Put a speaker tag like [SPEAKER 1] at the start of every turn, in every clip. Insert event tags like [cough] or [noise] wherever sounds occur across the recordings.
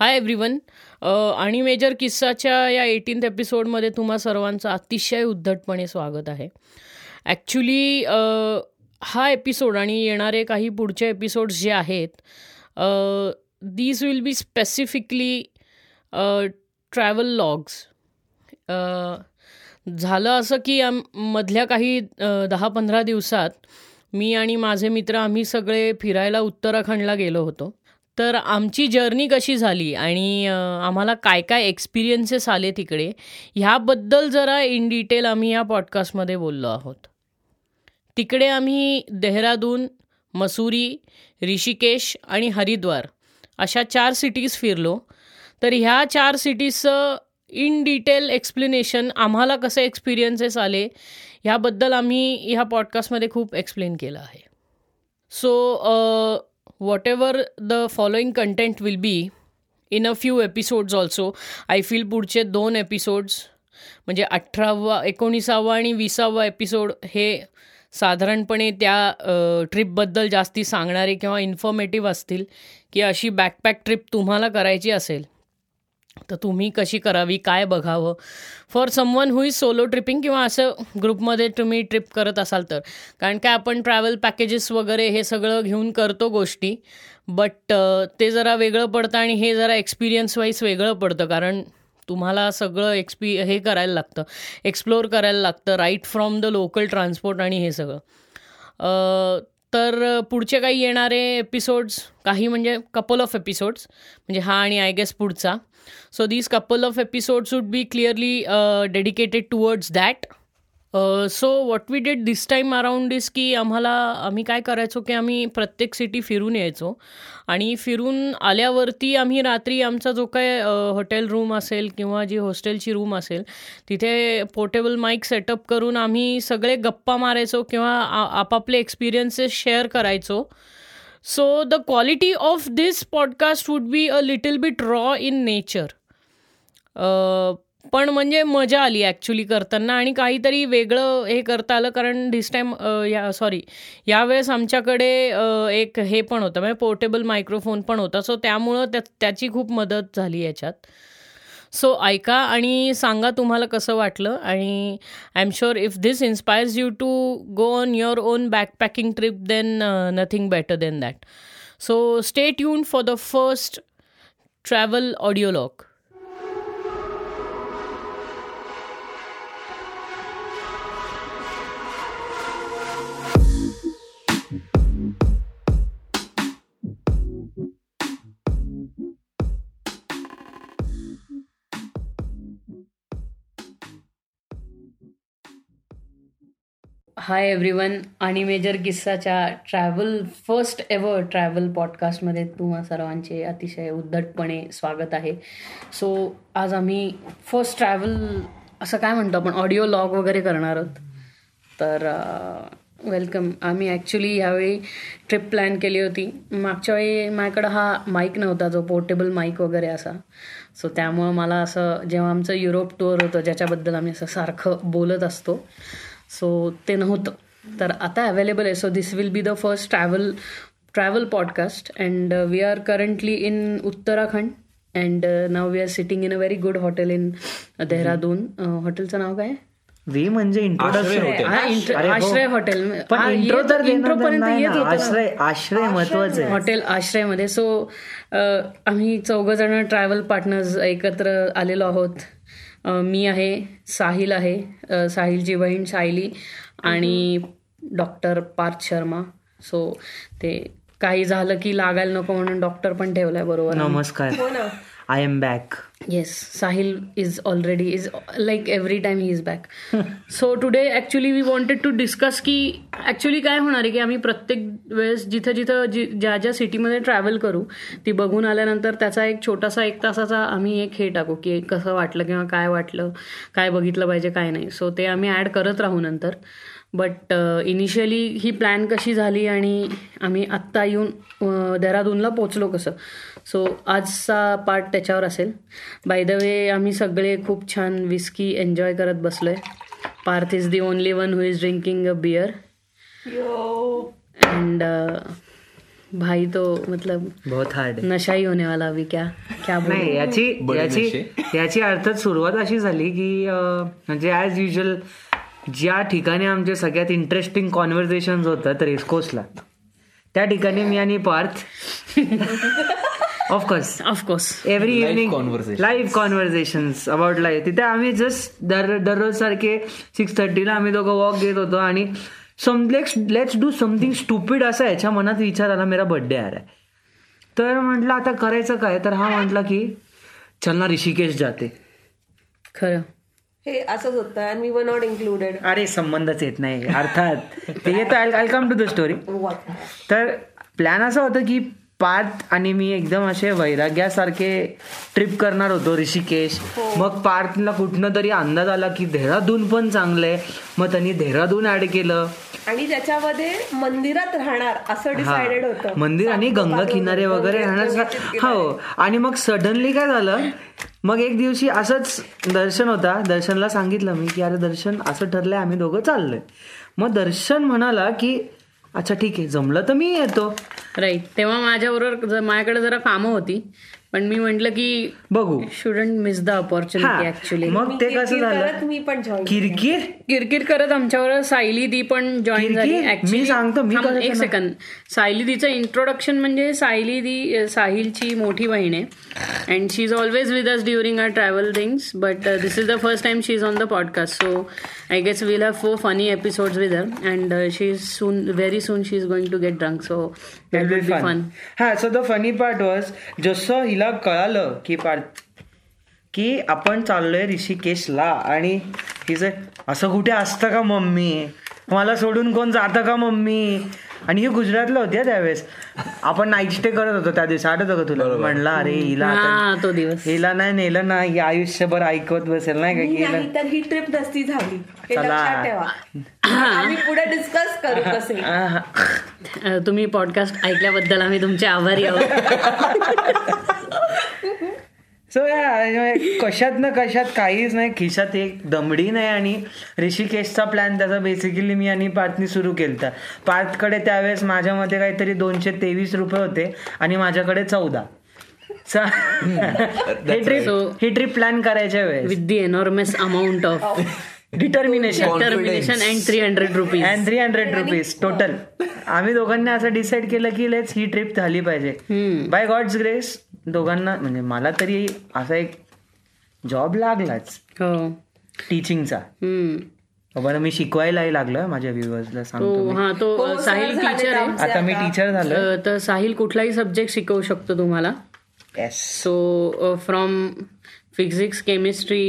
[SPEAKER 1] हाय everyone अ, आणि major किस्साच्या या एटीन्थ एपिसोडमध्ये तुम्हा सर्वांचं अतिशय उद्धटपणे स्वागत आहे. ॲक्चुअली अ, हा एपिसोड आणि येणारे काही पुढचे एपिसोड्स जे आहेत, अ, दीज विल बी स्पेसिफिकली अ, ट्रॅव्हल लॉग्स. अ, झालं असं की आम मधल्या काही अ, 10-15 दिवसात मी आणि माझे मित्र आम्ही सगळे फिरायला उत्तराखंडला गेलो होतो. तर आमची जर्नी कशी झाली आणि अ, आम्हाला काय-काय एक्सपिरियन्सेस आले तिकडे, ह्याबद्दल जरा इन डिटेल आम्ही या पॉडकास्टमध्ये बोललो आहोत. तिकडे आम्ही देहरादून, मसुरी, ऋषिकेश आणि हरिद्वार अशा 4 सिटीज फिरलो. तर ह्या 4 सिटीजचं इन डिटेल एक्सप्लेनेशन आम्हाला कसे एक्सपिरियन्सेस आले, ह्याबद्दल आम्ही ह्या पॉडकास्टमध्ये खूप एक्सप्लेन केलं आहे. सो अ, whatever the following content will be in a few episodes also I feel पुढचे 2 एपिसोड्स म्हणजे 18वा 19वा आणि 20वा एपिसोड हे साधारणपणे त्या अ, ट्रिपबद्दल जास्ती सांगणारे किंवा इन्फॉर्मेटिव्ह असतील, की अशी बॅकपॅक ट्रिप तुम्हाला करायची असेल, तर तुम्ही कशी करावी, काय बघावं? For someone who is solo tripping किंवा असं ग्रुपमध्ये तुम्ही ट्रिप करत असाल तर. कारण काय आपण ट्रॅव्हल पॅकेजेस वगैरे हे सगळं घेऊन करतो गोष्टी, बट अ, ते जरा वेगळं पडतं आणि हे जरा एक्सपिरियन्स वाईज वेगळं पडतं. कारण तुम्हाला सगळं एक्सपी हे करायला लागतं, एक्सप्लोअर करायला लागतं right from the local transport आणि हे सगळं. अ, तर अ, पुढचे काही येणारे एपिसोड्स काही म्हणजे कपल ऑफ एपिसोड्स म्हणजे हा आणि आय गेस पुढचा. So these couple of episodes would be clearly uh, dedicated towards that. Uh, so what we did this time around is की आम्हाला आम्ही काय करायचो की आम्ही प्रत्येक सिटी फिरून यायचो आणि फिरून आल्यावरती आम्ही रात्री आमचा जो काय अ, हॉटेल रूम असेल किंवा जी हॉस्टेलची रूम असेल, तिथे पोर्टेबल माईक सेटअप करून आम्ही सगळे गप्पा मारायचो किंवा आ आपापले एक्सपिरियन्सेस शेअर करायचो. So the quality of this podcast would be a little bit raw in nature. अ, पण म्हणजे मजा आली ॲक्चुअली करताना आणि काहीतरी वेगळं हे करता आलं कारण धिस टाईम अ, या सॉरी यावेळेस आमच्याकडे अ, एक हे पण होतं म्हणजे पोर्टेबल मायक्रोफोन पण होता. सो त्यामुळं त्या त्याची खूप मदत झाली याच्यात. सो ऐका आणि सांगा तुम्हाला कसं वाटलं आणि I am sure if this inspires you to go on your own backpacking trip then uh, nothing better than that. So stay tuned for the first travel audio log. Hi everyone आणि major किस्साच्या travel first ever travel पॉडकास्टमध्ये तुम्हा सर्वांचे अतिशय उद्धटपणे स्वागत आहे. So आज आम्ही फर्स्ट ट्रॅव्हल असं काय म्हणतो आपण ऑडिओ लॉग वगैरे करणार आहोत. तर अ, वेलकम. आम्ही ॲक्च्युली ह्यावेळी ट्रिप प्लॅन केली होती. मागच्या वेळी माझ्याकडं हा माईक नव्हता जो पोर्टेबल माईक वगैरे असा. सो त्यामुळं मला असं जेव्हा आमचं युरोप टूअर होतं ज्याच्याबद्दल आम्ही असं सारखं बोलत असतो, सो ते नव्हतं. तर आता अवेलेबल आहे. So this will be the first travel travel podcast and we are currently in Uttarakhand and now we are sitting in a very good hotel in Dehradun. अ, हॉटेलचं Uh, नाव काय आहे?
[SPEAKER 2] वे म्हणजे
[SPEAKER 3] आश्रय
[SPEAKER 2] इंट्रोडक्शन
[SPEAKER 3] हॉटेल.
[SPEAKER 1] हा, इंट्र- आश्रय हॉटेल
[SPEAKER 2] हो. पण
[SPEAKER 1] हा,
[SPEAKER 2] इंट्रो
[SPEAKER 1] येत-
[SPEAKER 2] तर
[SPEAKER 1] इंट्रो पर्यंत येत होतं ना.
[SPEAKER 2] आश्रय आश्रय महत्वाचं आहे
[SPEAKER 1] हॉटेल आश्रयमध्ये सो आम्ही चौघ जण ट्रॅव्हल पार्टनर्स एकत्र आलेलो आहोत अ, मी आहे साहिल आहे अ, साहिलची बहीण सायली आणि डॉक्टर पार्थ शर्मा सो ते काही झालं की लागायला नको म्हणून डॉक्टर पण ठेवलाय बरोबर
[SPEAKER 2] हो, नमस्कार I am back
[SPEAKER 1] yes Sahil is already is like every time he is back so today actually we wanted to discuss की ॲक्च्युली काय होणार आहे की आम्ही प्रत्येक वेळेस जिथं जिथं जी ज्या ज्या सिटीमध्ये ट्रॅव्हल करू ती बघून आल्यानंतर त्याचा एक छोटासा एक तासाचा आम्ही एक हे टाकू की कसं वाटलं किंवा काय वाटलं काय बघितलं पाहिजे काय नाही सो ते आम्ही ॲड करत राहू नंतर बट
[SPEAKER 3] uh,
[SPEAKER 1] इनिशियली ही प्लॅन कशी झाली आणि आम्ही आत्ता येऊन अ, देहरादूनला पोचलो कसं सो आजचा पार्ट त्याच्यावर असेल बाय द वे आम्ही सगळे खूप छान विस्की एन्जॉय करत बसलो आहे Parth is the only one who is drinking a beer and
[SPEAKER 3] uh, भाई तो मतलब
[SPEAKER 2] बहुत हार्ड आहे
[SPEAKER 3] नशा ही होने वाला अभी क्या क्या बोलू?
[SPEAKER 2] नाही याची
[SPEAKER 4] बडे
[SPEAKER 2] याची
[SPEAKER 4] नशे.
[SPEAKER 2] याची अर्थात सुरुवात अशी झाली की अं, म्हणजे ॲज युजल ज्या ठिकाणी आमचे सगळ्यात इंटरेस्टिंग कॉन्व्हर्सेशन होतात रेसकोर्सला त्या ठिकाणी मी आणि Parth [laughs] of course
[SPEAKER 3] of course
[SPEAKER 2] every
[SPEAKER 4] Live
[SPEAKER 2] evening
[SPEAKER 4] conversations.
[SPEAKER 2] Live conversation about life तिथे आम्ही जस्ट दर दररोज सारखे सिक्स थर्टीला आम्ही दोघं वॉक घेत होतो आणि some let's let's do something stupid असा याच्या मनात विचार आला मेरा बर्थडे आ रहा है. तर म्हटलं आता करायचं काय तर हा म्हटला की चल ना ऋषिकेश जाते
[SPEAKER 3] खरं
[SPEAKER 5] हे असंच होतं आणि वी वर नॉट इन्क्लुडेड
[SPEAKER 2] अरे संबंधच येत नाही अर्थात ते येतं I come to the story तर प्लॅन असा होता की पार्थ आणि मी एकदम असे वैराग्यासारखे ट्रिप करणार होतो ऋषिकेश मग पार्थला कुठनं तरी अंदाज आला की देहरादून पण चांगलं आहे मग त्यांनी देहरादून ऍड केलं
[SPEAKER 5] आणि ज्याच्यामध्ये मंदिरात राहणार असं डिसाइडेड
[SPEAKER 2] हा.
[SPEAKER 5] होतं
[SPEAKER 2] मंदिर आणि गंगा किनारे वगैरे राहणार हो आणि मग सडनली काय झालं मग एक दिवशी असंच दर्शन होता दर्शनला सांगितलं मी की अरे दर्शन असं ठरलंय आम्ही दोघं चाललोय मग दर्शन म्हणाला की अच्छा ठीक आहे जमलं तर मी येतो
[SPEAKER 3] राईट तेव्हा माझ्याबरोबर ज- माझ्याकडे जरा कामं होती पण मी म्हंटल की
[SPEAKER 2] बघू
[SPEAKER 3] शुडंट मिस द
[SPEAKER 2] हा.
[SPEAKER 3] ऑपॉर्च्युनिटी ऍक्च्युली
[SPEAKER 2] मग ते कसं
[SPEAKER 5] परत
[SPEAKER 2] झालं
[SPEAKER 5] मी पण जॉईन
[SPEAKER 2] किरकिर
[SPEAKER 3] किरकिर करत आमच्यावर सायली दी पण जॉईन
[SPEAKER 2] किरकिर?
[SPEAKER 3] झाली
[SPEAKER 2] मी
[SPEAKER 3] Actually-
[SPEAKER 2] सांगतो, मी
[SPEAKER 3] थांब,
[SPEAKER 2] करायचं
[SPEAKER 3] एक
[SPEAKER 2] ना.
[SPEAKER 3] सेकंद सायली दीचं इंट्रोडक्शन म्हणजे सायली दी साहिलची मोठी बहीण आहे and she is always with us during our travel things but this is the first time she is on the podcast so I guess we'll have four funny episodes with her and she is soon very soon she is going to get drunk so that will be fun
[SPEAKER 2] हा so the funny part was जसं हिला कळालं की पार्थ की आपण चाललोय ऋषिकेशला आणि हिचं असं कुठे असतं का मम्मी मला सोडून कोण जातं का मम्मी आणि हे गुजरातला होत्या त्यावेळेस आपण नाईट स्टे करत होतो त्या दिवशी आठवत का तुला म्हणला अरे हिला आता-
[SPEAKER 3] हा तो दिवस
[SPEAKER 2] हिला नाही नेलं ना ही आयुष्यभर ऐकत बसेल नाही का
[SPEAKER 5] मी
[SPEAKER 2] की हिला
[SPEAKER 5] नाही तर ही ट्रिप नसती झाली हे
[SPEAKER 2] चला.
[SPEAKER 5] लक्षात ठेवा आम्ही पुढे डिस्कस करू कसे
[SPEAKER 2] आहा.
[SPEAKER 3] अ, तुम्ही पॉडकास्ट ऐकल्याबद्दल आम्ही तुमचे आभारी आहोत
[SPEAKER 2] [laughs] सो कशात ना कशात काहीच नाही खिशात एक दमडी नाही आणि ऋषिकेशचा प्लॅन त्याचा बेसिकली मी आणि पार्थनी सुरू केलता पार्थकडे त्यावेळेस माझ्या मते काहीतरी दोनशे तेवीस रुपये होते आणि माझ्याकडे चौदा चा- ही ट्रिप ही ट्रिप प्लॅन करायच्या वेळेस
[SPEAKER 3] with the enormous amount of
[SPEAKER 2] determination
[SPEAKER 3] termination and three hundred rupees
[SPEAKER 2] and three hundred rupees total आम्ही दोघांनी असं डिसाईड केलं की लेट्स ही ट्रिप झाली पाहिजे बाय गॉड्स ग्रेस दोघांना म्हणजे मला तरी असा एक जॉब लागलाच
[SPEAKER 3] हो
[SPEAKER 2] टीचिंगचा
[SPEAKER 3] हम्म.
[SPEAKER 2] बरं मी शिकवायलाही लागलं माझ्या व्ह्युअर्सला
[SPEAKER 3] तो
[SPEAKER 2] सांगतो
[SPEAKER 4] म्हणजे
[SPEAKER 2] मी.
[SPEAKER 3] हा तो
[SPEAKER 4] हो,
[SPEAKER 3] अ,
[SPEAKER 5] sir
[SPEAKER 3] साहिल
[SPEAKER 5] झाले
[SPEAKER 3] टीचर आहे
[SPEAKER 5] आमचे
[SPEAKER 2] आता मी
[SPEAKER 5] आता.
[SPEAKER 2] टीचर झालो
[SPEAKER 3] अ, तर साहिल कुठलाही सब्जेक्ट शिकवू शकतो तुम्हाला
[SPEAKER 2] yes
[SPEAKER 3] so from physics chemistry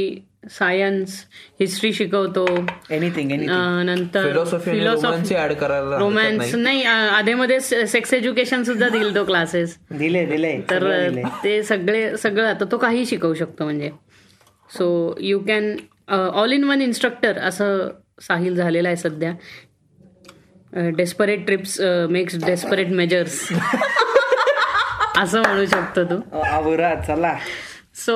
[SPEAKER 3] science history शिकवतो अ,
[SPEAKER 2] एनिथिंग एनिथिंग
[SPEAKER 3] नंतर
[SPEAKER 4] फिलॉसॉफी आणि रोमांस ऍड करायला हरकत
[SPEAKER 3] रोमॅन्स
[SPEAKER 4] नाही.
[SPEAKER 3] नाही आधेमध्ये सेक्स एज्युकेशन सुद्धा दिल तो क्लासेस
[SPEAKER 2] दिले दिले
[SPEAKER 3] तर
[SPEAKER 2] सगळं दिले.
[SPEAKER 3] ते सगळे सगळं आता तो काही शिकवू शकतो म्हणजे so you can all in one instructor असं साहिल झालेला आहे सध्या Uh, desperate trips makes desperate measures असं म्हणू शकतो तू
[SPEAKER 2] अ, आवरा चला
[SPEAKER 3] so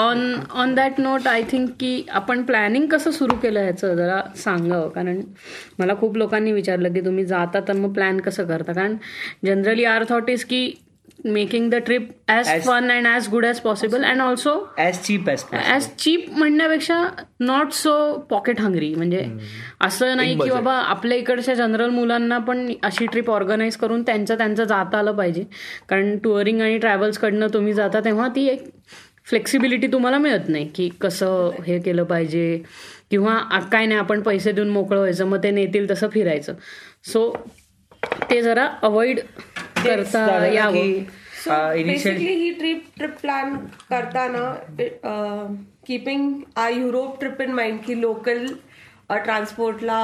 [SPEAKER 3] on on that note I think की आपण प्लॅनिंग कसं सुरू केलं ह्याचं जरा सांगावं कारण मला खूप लोकांनी विचारलं की तुम्ही जाता तर मग प्लॅन कसं करता कारण जनरली आर थॉट इज की making the trip as fun and as good as possible and also
[SPEAKER 2] as cheap as
[SPEAKER 3] as cheap म्हणण्यापेक्षा नॉट सो पॉकेट हंगरी म्हणजे असं नाही की बाबा आपल्या इकडच्या जनरल मुलांना पण अशी ट्रिप ऑर्गनाईज करून त्यांचं त्यांचं जाता आलं पाहिजे कारण टुअरिंग आणि ट्रॅव्हल्सकडनं तुम्ही जाता तेव्हा ती एक फ्लेक्सिबिलिटी तुम्हाला मिळत नाही की कसं हे केलं पाहिजे किंवा आ- काय नाही आपण पैसे देऊन मोकळं व्हायचं मग ते नेतील तसं फिरायचं सो ते जरा अवॉइड करता यावं
[SPEAKER 2] Uh,
[SPEAKER 5] बेसिकली ही ट्रिप ट्रिप प्लॅन करताना keeping our Europe trip in mind की लोकल uh, ट्रान्सपोर्टला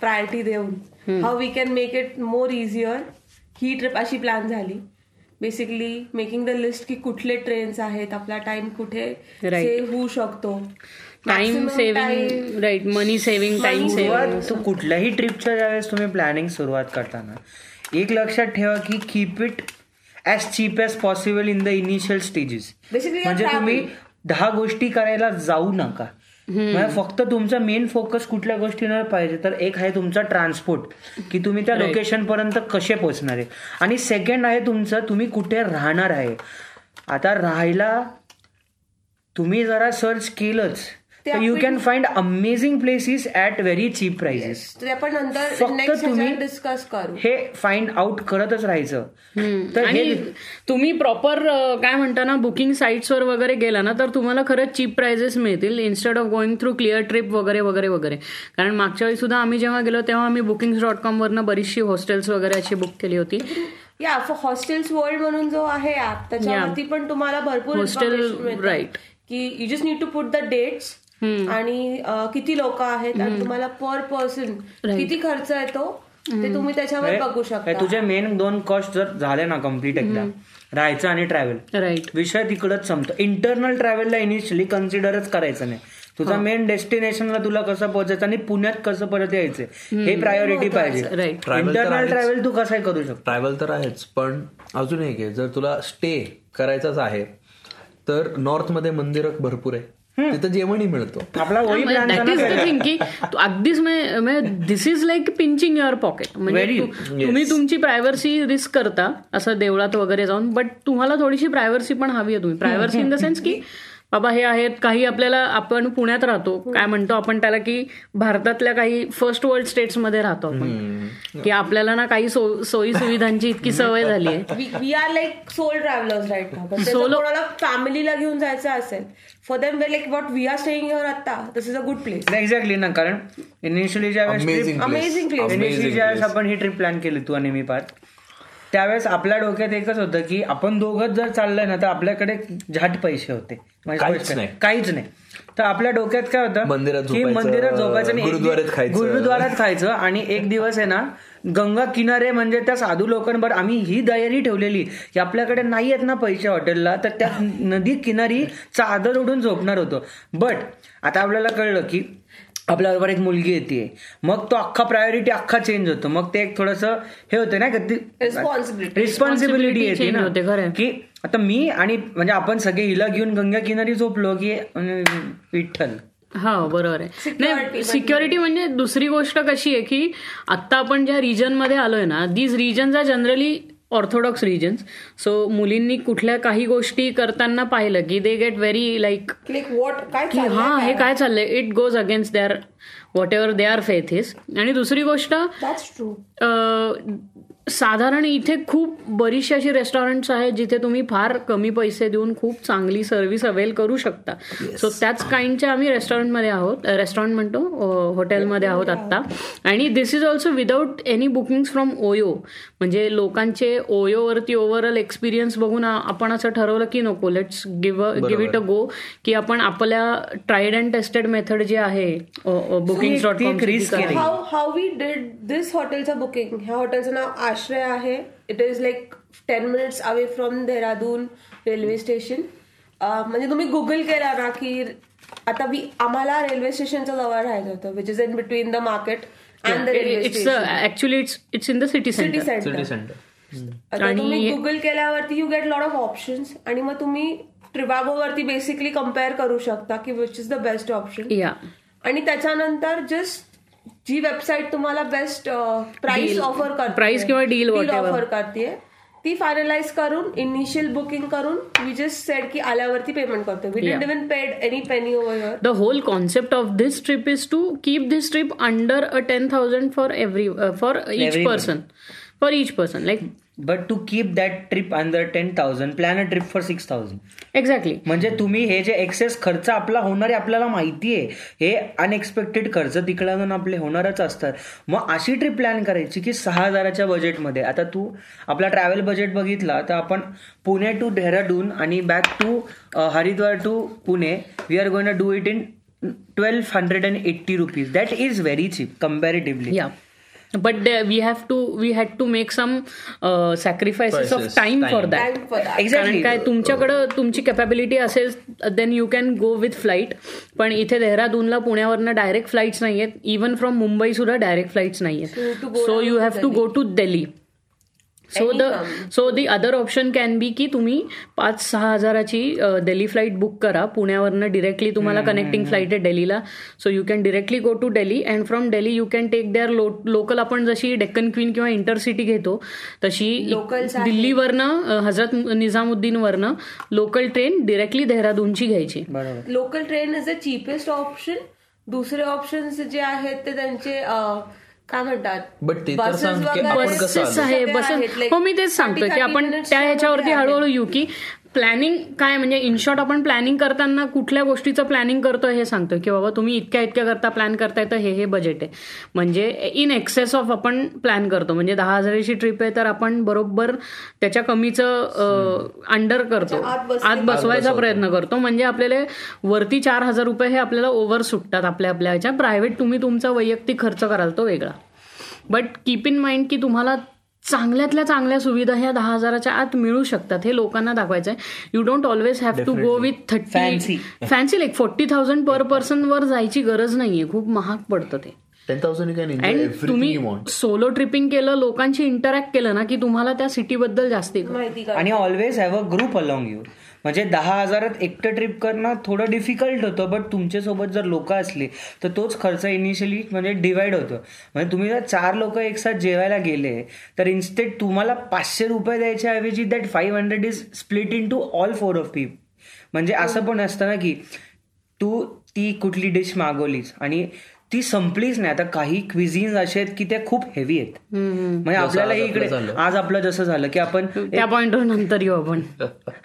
[SPEAKER 5] प्रायोरिटी
[SPEAKER 2] Hmm.
[SPEAKER 5] देऊन how we can make it more easier ही ट्रिप अशी प्लॅन झाली बेसिकली मेकिंग द लिस्ट की कुठले ट्रेन्स आहेत आपला टाइम कुठे
[SPEAKER 3] Right.
[SPEAKER 5] सेव्ह होऊ शकतो
[SPEAKER 3] time
[SPEAKER 5] Maximum time-
[SPEAKER 3] saving right money saving time saving
[SPEAKER 2] सुरुवात तू कुठल्याही ट्रिपच्या ज्यावेळेस तुम्ही प्लॅनिंग सुरुवात करताना एक लक्षात ठेवा की keep it as cheap as possible in the initial stages
[SPEAKER 5] Basically,
[SPEAKER 2] म्हणजे
[SPEAKER 5] you're
[SPEAKER 2] तुम्ही दहा गोष्टी करायला जाऊ नका म्हणजे फक्त तुमचा मेन फोकस कुठल्या गोष्टीवर पाहिजे तर एक आहे तुमचा ट्रान्सपोर्ट की तुम्ही त्या लोकेशन पर्यंत कसे पोहोचणार आहे आणि सेकंड आहे तुमचं तुम्ही कुठे राहणार आहे आता राहायला तुम्ही जरा सर्च केलंच तर you can find amazing places at very cheap prices
[SPEAKER 5] ते आपण नंतर
[SPEAKER 2] फक्त तुम्ही-
[SPEAKER 5] नेक्स्ट डिस्कस करू
[SPEAKER 2] हे फाइंड आउट करतच राहायचं तर हे
[SPEAKER 3] आणि तुम्ही प्रॉपर काय म्हणता ना बुकिंग साईट्सवर वगैरे गेला ना तर तुम्हाला खरंच चीप प्राइजेस मिळतील instead of going through Cleartrip वगैरे वगैरे वगैरे कारण मागच्या वेळी सुद्धा आम्ही जेव्हा गेलो तेव्हा आम्ही बुकिंग डॉट कॉमवरनं बरीचशी हॉस्टेल्स वगैरे अशी बुक केली होती
[SPEAKER 5] या फॉर हॉस्टेल्स वर्ल्ड म्हणून जो आहे app, त्याच्यावरती पण तुम्हाला भरपूर
[SPEAKER 3] Hostel,
[SPEAKER 5] information मिळतं.
[SPEAKER 3] right. Mm.
[SPEAKER 5] की you just need to put the dates आणि अ, किती लोक आहेत आणि तुम्हाला पर पर्सन किती खर्च येतो
[SPEAKER 3] Mm.
[SPEAKER 5] ते तुम्ही त्याच्यावर बघू
[SPEAKER 2] हे
[SPEAKER 5] शकता
[SPEAKER 2] तुझे मेन दोन कॉस्ट जर झाले ना कम्प्लीट एकदा राहायचं आणि ट्रॅव्हल
[SPEAKER 3] राईट
[SPEAKER 2] विषय तिकडच संपतो इंटरनल ट्रॅव्हलला इनिशियली कन्सिडरच करायचं नाही तुझा
[SPEAKER 5] हो.
[SPEAKER 2] मेन डेस्टिनेशनला तुला कसं पोहोचायचं आणि पुण्यात कसं परत यायचं हे
[SPEAKER 5] हो,
[SPEAKER 2] प्रायोरिटी पाहिजे
[SPEAKER 3] राईट
[SPEAKER 4] Travel तर
[SPEAKER 2] इंटरनल
[SPEAKER 4] आहेच.
[SPEAKER 2] ट्रॅव्हल तू कसं करू शकतो
[SPEAKER 4] ट्रॅव्हल तर आहेच पण अजून एक आहे जर तुला स्टे करायचाच आहे तर नॉर्थ मध्ये मंदिर भरपूर आहे तिथं जेवणही मिळतो
[SPEAKER 2] आपला वही plan
[SPEAKER 3] that is the thing की तू अगदीच this is like pinching your pocket म्हणजे तू- तुम्ही तुमची प्रायव्हर्सी रिस्क करता असं देवळात वगैरे जाऊन बट तुम्हाला थोडीशी प्रायव्हर्सी पण हवी आहे तुम्ही प्रायव्हर्सी इन द सेन्स की बाबा हे आहेत काही आपल्याला आपण पुण्यात राहतो काय म्हणतो आपण त्याला की भारतातल्या काही फर्स्ट वर्ल्ड स्टेट्समध्ये राहतो आपण की आपल्याला ना काही सो- सोयी सुविधांची इतकी सवय झाली आहे
[SPEAKER 5] we are like soul travellers right नाव
[SPEAKER 3] Solo-
[SPEAKER 5] कोणाला फॅमिलीला घेऊन जायचं असेल for them way like what we are staying here आता this is a good place
[SPEAKER 2] exactly ना कारण इनिशियली ज्यावेळेस
[SPEAKER 4] अमेझिंग
[SPEAKER 5] Amazing place.
[SPEAKER 2] इनिशियली ज्यावेळेस आपण ही ट्रिप प्लॅन केली तू आणि मी पार्थ त्यावेळेस आपल्या डोक्यात एकच होतं की आपण दोघंच जर चाललंय ना तर आपल्याकडे झाट पैसे होते म्हणजे
[SPEAKER 4] काहीच
[SPEAKER 2] स्पष्ट आहे.
[SPEAKER 4] नाही.
[SPEAKER 2] काहीच नाही तर आपल्या डोक्यात काय होतं
[SPEAKER 4] मंदिरात झोपायचं,
[SPEAKER 2] मंदिरात झोपायचं आणि एक दि-
[SPEAKER 4] गुरुद्वारात खायचं.
[SPEAKER 2] गुरुद्वारात खायचं आणि एक दिवस आहे ना गंगा किनारे म्हणजे त्या साधू लोकांवर आम्ही ही दयारी ठेवलेली की आपल्याकडे नाही आहेत ना पैसे हॉटेलला तर त्या नदी किनारी चादर उडून झोपणार होतो बट आता आपल्याला कळलं की आपल्याबरोबर एक मुलगी येते मग तो अख्खा प्रायोरिटी अख्खा चेंज होतो मग ते एक थोडस हे होतं ना का
[SPEAKER 5] Responsibility.
[SPEAKER 2] रिस्पॉन्सिबिलिटी येते
[SPEAKER 3] change
[SPEAKER 2] ना
[SPEAKER 3] होते, खरं आहे.
[SPEAKER 2] की आता मी आणि म्हणजे आपण सगळे हिला घेऊन गंगा किनारी झोपलो की अं, विठ्ठल
[SPEAKER 3] हा बरोबर आहे नाही सिक्युरिटी म्हणजे दुसरी गोष्ट कशी आहे की आत्ता आपण ज्या रिजन मध्ये आलोय ना these regions are generally orthodox regions so मुलींनी कुठल्या काही गोष्टी करताना पाहिलं की they get very like
[SPEAKER 5] like what काय
[SPEAKER 3] की
[SPEAKER 5] चाललंय
[SPEAKER 3] हा हे
[SPEAKER 5] काय?
[SPEAKER 3] काय चाललंय it goes against their whatever they are faith is आणि दुसरी गोष्ट
[SPEAKER 5] That's true.
[SPEAKER 3] अं, साधारण इथे खूप बरीचशी अशी रेस्टॉरंट्स आहेत जिथे तुम्ही फार कमी पैसे देऊन खूप चांगली सर्व्हिस अवेल करू शकता सो त्याच काइंडच्या आम्ही रेस्टॉरंटमध्ये आहोत रेस्टॉरंट म्हणतो अं, हॉटेलमध्ये आहोत आत्ता आणि this is also without any booking from OYO म्हणजे लोकांचे ओयोवरती ओव्हरऑल एक्सपिरियन्स बघून आ- आपण असं ठरवलं की नको let's give give it a go की आपण आपल्या ट्राईड अँड टेस्टेड मेथड जी आहे बुकिंग डॉट
[SPEAKER 2] ती
[SPEAKER 3] कॉम
[SPEAKER 2] एक risk आहे.
[SPEAKER 5] How how we did this हॉटेलचं बुकिंग ह्या हॉटेलचं नाव आश्रय आहे it is like ten minutes away from Dehradun railway station म्हणजे तुम्ही गुगल केला ना की आता वी आम्हाला रेल्वे स्टेशनच्या जवळ राहायचं होतं which is in between the market and the railway
[SPEAKER 3] it's
[SPEAKER 5] station
[SPEAKER 3] actually it's it's in the city
[SPEAKER 5] city
[SPEAKER 3] centre
[SPEAKER 5] centre आता तुम्ही गुगल केल्यावरती you get lot of options आणि मग तुम्ही ट्रिबागोवरती बेसिकली कम्पेअर करू शकता की which is the best option
[SPEAKER 3] या
[SPEAKER 5] आणि त्याच्यानंतर जस्ट जी वेबसाईट तुम्हाला बेस्ट प्राइस ऑफर करते
[SPEAKER 3] price किंवा deal whatever.
[SPEAKER 5] ऑफर करते ती फायनलाइज करून इनिशियल बुकिंग करून वी जस्ट सेड की आल्यावरती पेमेंट करतो we did even paid any penny over your
[SPEAKER 3] the whole concept of this trip is to keep this trip under a ten thousand for every for each
[SPEAKER 2] Everyone.
[SPEAKER 3] Person for each person like
[SPEAKER 2] but to keep that trip under ten thousand plan a trip for six thousand
[SPEAKER 3] exactly
[SPEAKER 2] म्हणजे तुम्ही हे जे access खर्च आपला होणार आहे आपल्याला माहिती आहे हे अनएक्सपेक्टेड खर्च तिकडून आपले होणारच असतात मग अशी ट्रिप प्लॅन करायची की सहा हजाराच्या बजेटमध्ये आता तू आपला ट्रॅव्हल बजेट बघितला तर आपण पुणे टू देहराडून आणि back to Haridwar to Pune we are going do it in twelve hundred and eighty rupees that is very cheap comparatively
[SPEAKER 3] yeah but we have to we had to make some uh, sacrifices of time for that कारण
[SPEAKER 2] exactly
[SPEAKER 3] काय तुमच्याकडं तुमची capability असेल then you can go with flight पण इथे देहरादूनला पुण्यावरनं direct flights नाही आहेत even from Mumbai सुद्धा डायरेक्ट फ्लाईट्स नाही आहेत so you have to go to Delhi so the so the other option can be की तुम्ही पाच सहा हजाराची दिल्ली फ्लाईट बुक करा पुण्यावरनं डिरेक्टली तुम्हाला कनेक्टिंग फ्लाईट आहे डेलीला so you can directly go to Delhi and from Delhi you can take their local आपण जशी डेक्कन क्वीन किंवा इंटरसिटी घेतो तशी दिल्लीवरनं अ, हजरत निझामुद्दीनवरनं लोकल ट्रेन डिरेक्टली देहरादूनची घ्यायची
[SPEAKER 2] बरोबर
[SPEAKER 5] local train is the cheapest option दुसरे ऑप्शन्स जे आहेत ते त्यांचे अं, काय म्हणतात
[SPEAKER 4] बट ते तर सांग की
[SPEAKER 5] वगैरे
[SPEAKER 4] आपण कसं
[SPEAKER 3] बसेस
[SPEAKER 4] आलो
[SPEAKER 5] सगळे
[SPEAKER 3] आहे
[SPEAKER 5] आहेत,
[SPEAKER 3] बसेस
[SPEAKER 5] like
[SPEAKER 3] हो मी तेच सांगतोय की
[SPEAKER 5] 30-30
[SPEAKER 3] आपण
[SPEAKER 5] minutes
[SPEAKER 3] त्या ह्याच्यावरती
[SPEAKER 5] मध्ये आहेत.
[SPEAKER 3] हळूहळू येऊ की प्लॅनिंग काय म्हणजे इन शॉर्ट आपण प्लॅनिंग करताना कुठल्या गोष्टीचं प्लॅनिंग करतोय हे सांगतोय की बाबा तुम्ही इतक्या इतक्या करता प्लॅन करताय तर हे हे बजेट आहे म्हणजे इन एक्सेस ऑफ आपण प्लॅन करतो म्हणजे दहा हजाराची ट्रिप आहे तर आपण बरोबर त्याच्या कमीचं अंडर करतो आत बसवायचा प्रयत्न करतो म्हणजे आपल्याला वरती चार हजार रुपये हे आपल्याला ओव्हर सुटतात आपल्या आपल्या ह्याच्या प्रायव्हेट तुम्ही तुमचा वैयक्तिक खर्च कराल तो वेगळा बट कीप इन माइंड की तुम्हाला चांगल्यातल्या चांगल्या सुविधा ह्या दहा हजाराच्या आत मिळू शकतात हे लोकांना दाखवायचं आहे you don't always have to go with thirty fancy like forty thousand per person वर जायची गरज नाहीये खूप महाग पडतं ते
[SPEAKER 4] ten thousand can enjoy
[SPEAKER 3] and
[SPEAKER 4] everything
[SPEAKER 3] तुम्ही
[SPEAKER 4] यू वॉन्ट
[SPEAKER 3] सोलो ट्रिपिंग केलं लोकांशी इंटरॅक्ट केलं ना की तुम्हाला त्या सिटीबद्दल जास्ती कळतं.
[SPEAKER 5] माहिती का
[SPEAKER 2] आणि always have a group along you म्हणजे दहा हजारात एकटं ट्रिप करणं थोडं डिफिकल्ट होतं बट तुमच्यासोबत जर लोक असली तर तोच खर्च इनिशियली म्हणजे डिवाइड होतो म्हणजे तुम्ही जर चार लोक एकसाथ जेवायला गेले तर इन्स्टेड तुम्हाला पाचशे रुपये द्यायच्या ऐवजी that five hundred is split into all four of पीप म्हणजे असं पण असतं ना की तू ती कुठली डिश मागवलीस आणि ती संपलीच नाही आता काही क्विझिन्स असे आहेत की त्या खूप हेवी आहेत म्हणजे आपल्याला इकडे आज आपलं जसं झालं की आपण
[SPEAKER 3] त्या पॉइंटवर नंतर येऊ आपण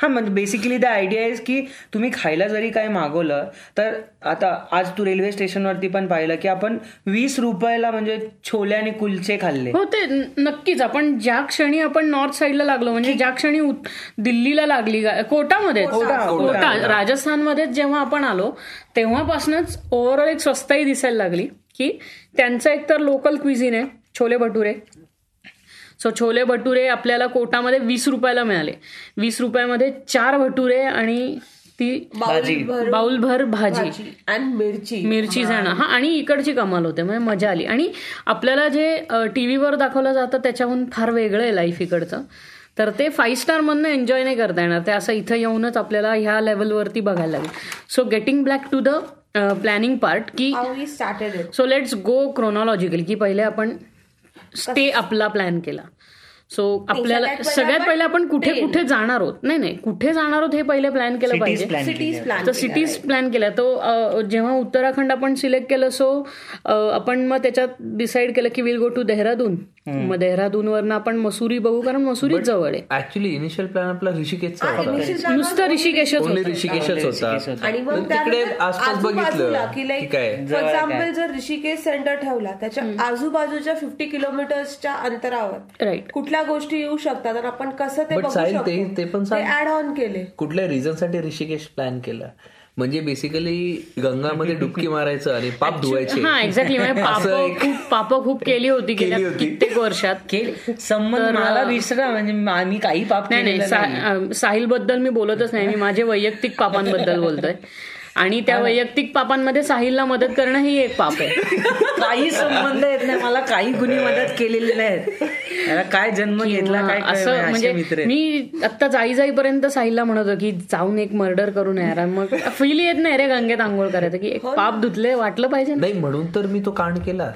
[SPEAKER 2] हा म्हणजे बेसिकली द आयडिया इज की तुम्ही खायला जरी काय मागवलं तर आता आज तू रेल्वे स्टेशनवरती पण पाहिलं की आपण वीस रुपयाला म्हणजे छोले आणि कुलचे खाल्ले
[SPEAKER 3] हो ते न- नक्कीच आपण ज्या क्षणी आपण नॉर्थ साईडला लागलो म्हणजे ज्या क्षणी उत- दिल्लीला लागली गा- कोटामध्ये कोटा राजस्थानमध्ये जेव्हा आपण आलो तेव्हापासूनच ओव्हरऑल एक स्वस्ताही दिसायला लागली की त्यांचं एक तर लोकल क्विझिन आहे छोले भटुरे सो छोले भटुरे आपल्याला कोटामध्ये वीस रुपयाला मिळाले वीस रुपयामध्ये चार भटुरे आणि ती
[SPEAKER 2] भाजी
[SPEAKER 3] बाउलभर भाजी
[SPEAKER 5] अँड मिरची
[SPEAKER 3] मिरची जाणं हा आणि इकडची कमाल होते म्हणजे मजा आली आणि आपल्याला जे टी व्हीवर दाखवलं जातं त्याच्याहून फार वेगळं आहे लाईफ इकडचं तर ते फाईव्ह स्टार मधनं एन्जॉय नाही करता येणार ते असं इथं येऊनच आपल्याला ह्या लेवलवरती बघायला लागेल so getting back to the planning part की
[SPEAKER 5] how we started it
[SPEAKER 3] so let's go chronological की पहिले आपण स्टे आपला प्लॅन केला सो आपल्याला सगळ्यात पहिले आपण कुठे कुठे जाणार आहोत नाही नाही कुठे जाणार आहोत हे पहिले प्लॅन केलं पाहिजे
[SPEAKER 5] सिटीज प्लॅन
[SPEAKER 3] तर सिटीज प्लॅन केल्या तो अ, जेव्हा उत्तराखंड आपण सिलेक्ट केलं सो अ, आपण मग त्याच्यात डिसाईड केलं की विल गो टू देहरादून मग देहरादूनवरनं आपण मसुरी बघू कारण मसुरी जवळ आहे
[SPEAKER 4] ऍक्च्युली इनिशियल प्लॅन आपला ऋषिकेशचा होता
[SPEAKER 3] नुसतं ऋषिकेशच
[SPEAKER 4] ओनली ऋषिकेशच होता
[SPEAKER 5] आणि मग
[SPEAKER 4] पण तिकडे
[SPEAKER 5] त्यानंतर
[SPEAKER 4] आसपास बघितलं
[SPEAKER 5] की
[SPEAKER 4] की
[SPEAKER 5] लाईक
[SPEAKER 4] काय
[SPEAKER 5] फॉर एक्झाम्पल जर ऋषिकेश सेंटर ठेवला त्याच्या आजूबाजूच्या फिफ्टी किलोमीटर्सच्या अंतरावर
[SPEAKER 3] राईट
[SPEAKER 5] कुठल्या गोष्टी येऊ शकतात आणि आपण कसं ते
[SPEAKER 4] But
[SPEAKER 5] बघू
[SPEAKER 4] साहिल, ते- ते पण
[SPEAKER 5] शकतो ते
[SPEAKER 4] सांग.
[SPEAKER 5] ऍड ऑन केले
[SPEAKER 4] कुठल्या रिझन साठी ऋषिकेश प्लॅन केला म्हणजे बेसिकली गंगामध्ये डुबकी मारायचं आणि पाप धुवायचे
[SPEAKER 3] हा एक्झॅक्टली [laughs] म्हणजे पाप खूप पाप खूप केली होती गेल्या कित्येक वर्षात
[SPEAKER 2] केले संबंध मला विसरा म्हणजे मा- मी काही पाप
[SPEAKER 3] नाही नाही
[SPEAKER 2] केलेलं नाही.
[SPEAKER 3] सा- साहिल बद्दल मी बोलतच नाही मी माझे वैयक्तिक पापांबद्ल बोलतोय आणि त्या
[SPEAKER 2] हो.
[SPEAKER 3] वैयक्तिक पापांमध्ये साहिलला मदत करणं हे एक पाप आहे
[SPEAKER 2] काही संबंध येत नाही मला काही कुणी मदत केलेली नाही याला काय जन्म [laughs] घेतला काय
[SPEAKER 3] हा, असं म्हणजे मी आता जाई जाईपर्यंत साहिलला म्हणत होतो की जाऊन एक मर्डर करून यार आणि मग फील येत नाही रे गंगेत आंघोळ करायचं की
[SPEAKER 2] हो
[SPEAKER 3] एक पाप धुतले वाटलं पाहिजे ना
[SPEAKER 4] नाही म्हणून तर मी तो कांड केला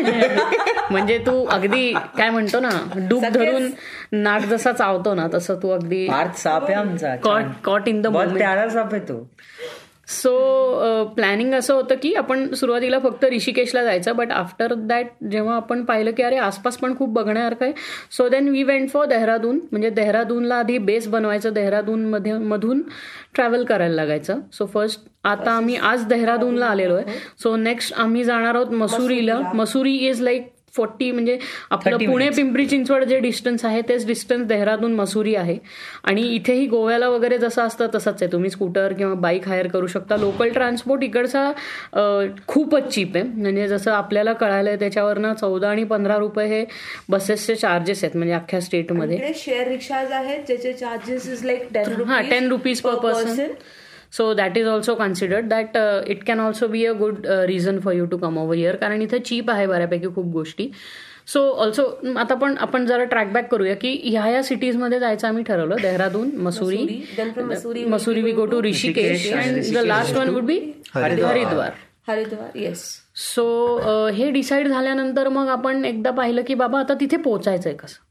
[SPEAKER 3] म्हणजे तू अगदी काय म्हणतो ना डूब धरून नाक जसा चावतो ना तसं तू अगदी
[SPEAKER 2] पार्थ साप आहे आमचा
[SPEAKER 3] caught caught in the
[SPEAKER 2] ball त्याला साप आहे तो
[SPEAKER 3] सो प्लॅनिंग uh, असं होतं की आपण सुरुवातीला फक्त ऋषिकेशला जायचं बट आफ्टर दॅट जेव्हा आपण पाहिलं की अरे आसपास पण खूप बघण्यासारखं आहे so then we went for Dehradun म्हणजे देहरादूनला आधी बेस बनवायचं देहरादूनमध्ये मधून ट्रॅव्हल करायला लागायचं सो फर्स्ट आता आम्ही आज देहरादूनला आलेलो आहे सो नेक्स्ट आम्ही जाणार आहोत मसुरीला मसुरी इज लाईक फोर्टी म्हणजे आपलं पुणे पिंपरी चिंचवड जे डिस्टन्स आहे तेच डिस्टन्स देहरादून मसुरी आहे आणि इथेही गोव्याला वगैरे जसं असतं तसंच आहे तुम्ही स्कूटर किंवा बाईक हायर करू शकता लोकल ट्रान्सपोर्ट इकडचा अं, खूपच चीप आहे म्हणजे जसं आपल्याला कळालं आहे त्याच्यावरनं चौदा आणि पंधरा रुपये हे बसेसचे चार्जेस आहेत म्हणजे अख्ख्या स्टेटमध्ये
[SPEAKER 5] इकडे शेअर रिक्षाज आहेत ज्याचे चार्जेस इज लाईक टेन
[SPEAKER 3] हा
[SPEAKER 5] rupees
[SPEAKER 3] ten rupees per person so that is also considered that uh, it can also be a good reason for you to come over year कारण इथं chip आहे बऱ्यापैकी खूप गोष्टी so also आता पण आपण जरा ट्रॅक बॅक करूया की ह्या ह्या सिटीजमध्ये जायचं आम्ही ठरवलं Dehradun Mussoorie
[SPEAKER 5] then from Missouri we
[SPEAKER 3] Mussoorie we go to Rishikesh and the last one would be Haridwar
[SPEAKER 5] Haridwar yes
[SPEAKER 3] so अ, हे डिसाईड झाल्यानंतर मग आपण एकदा पाहिलं की बाबा आता तिथे पोहोचायचं आहे कसं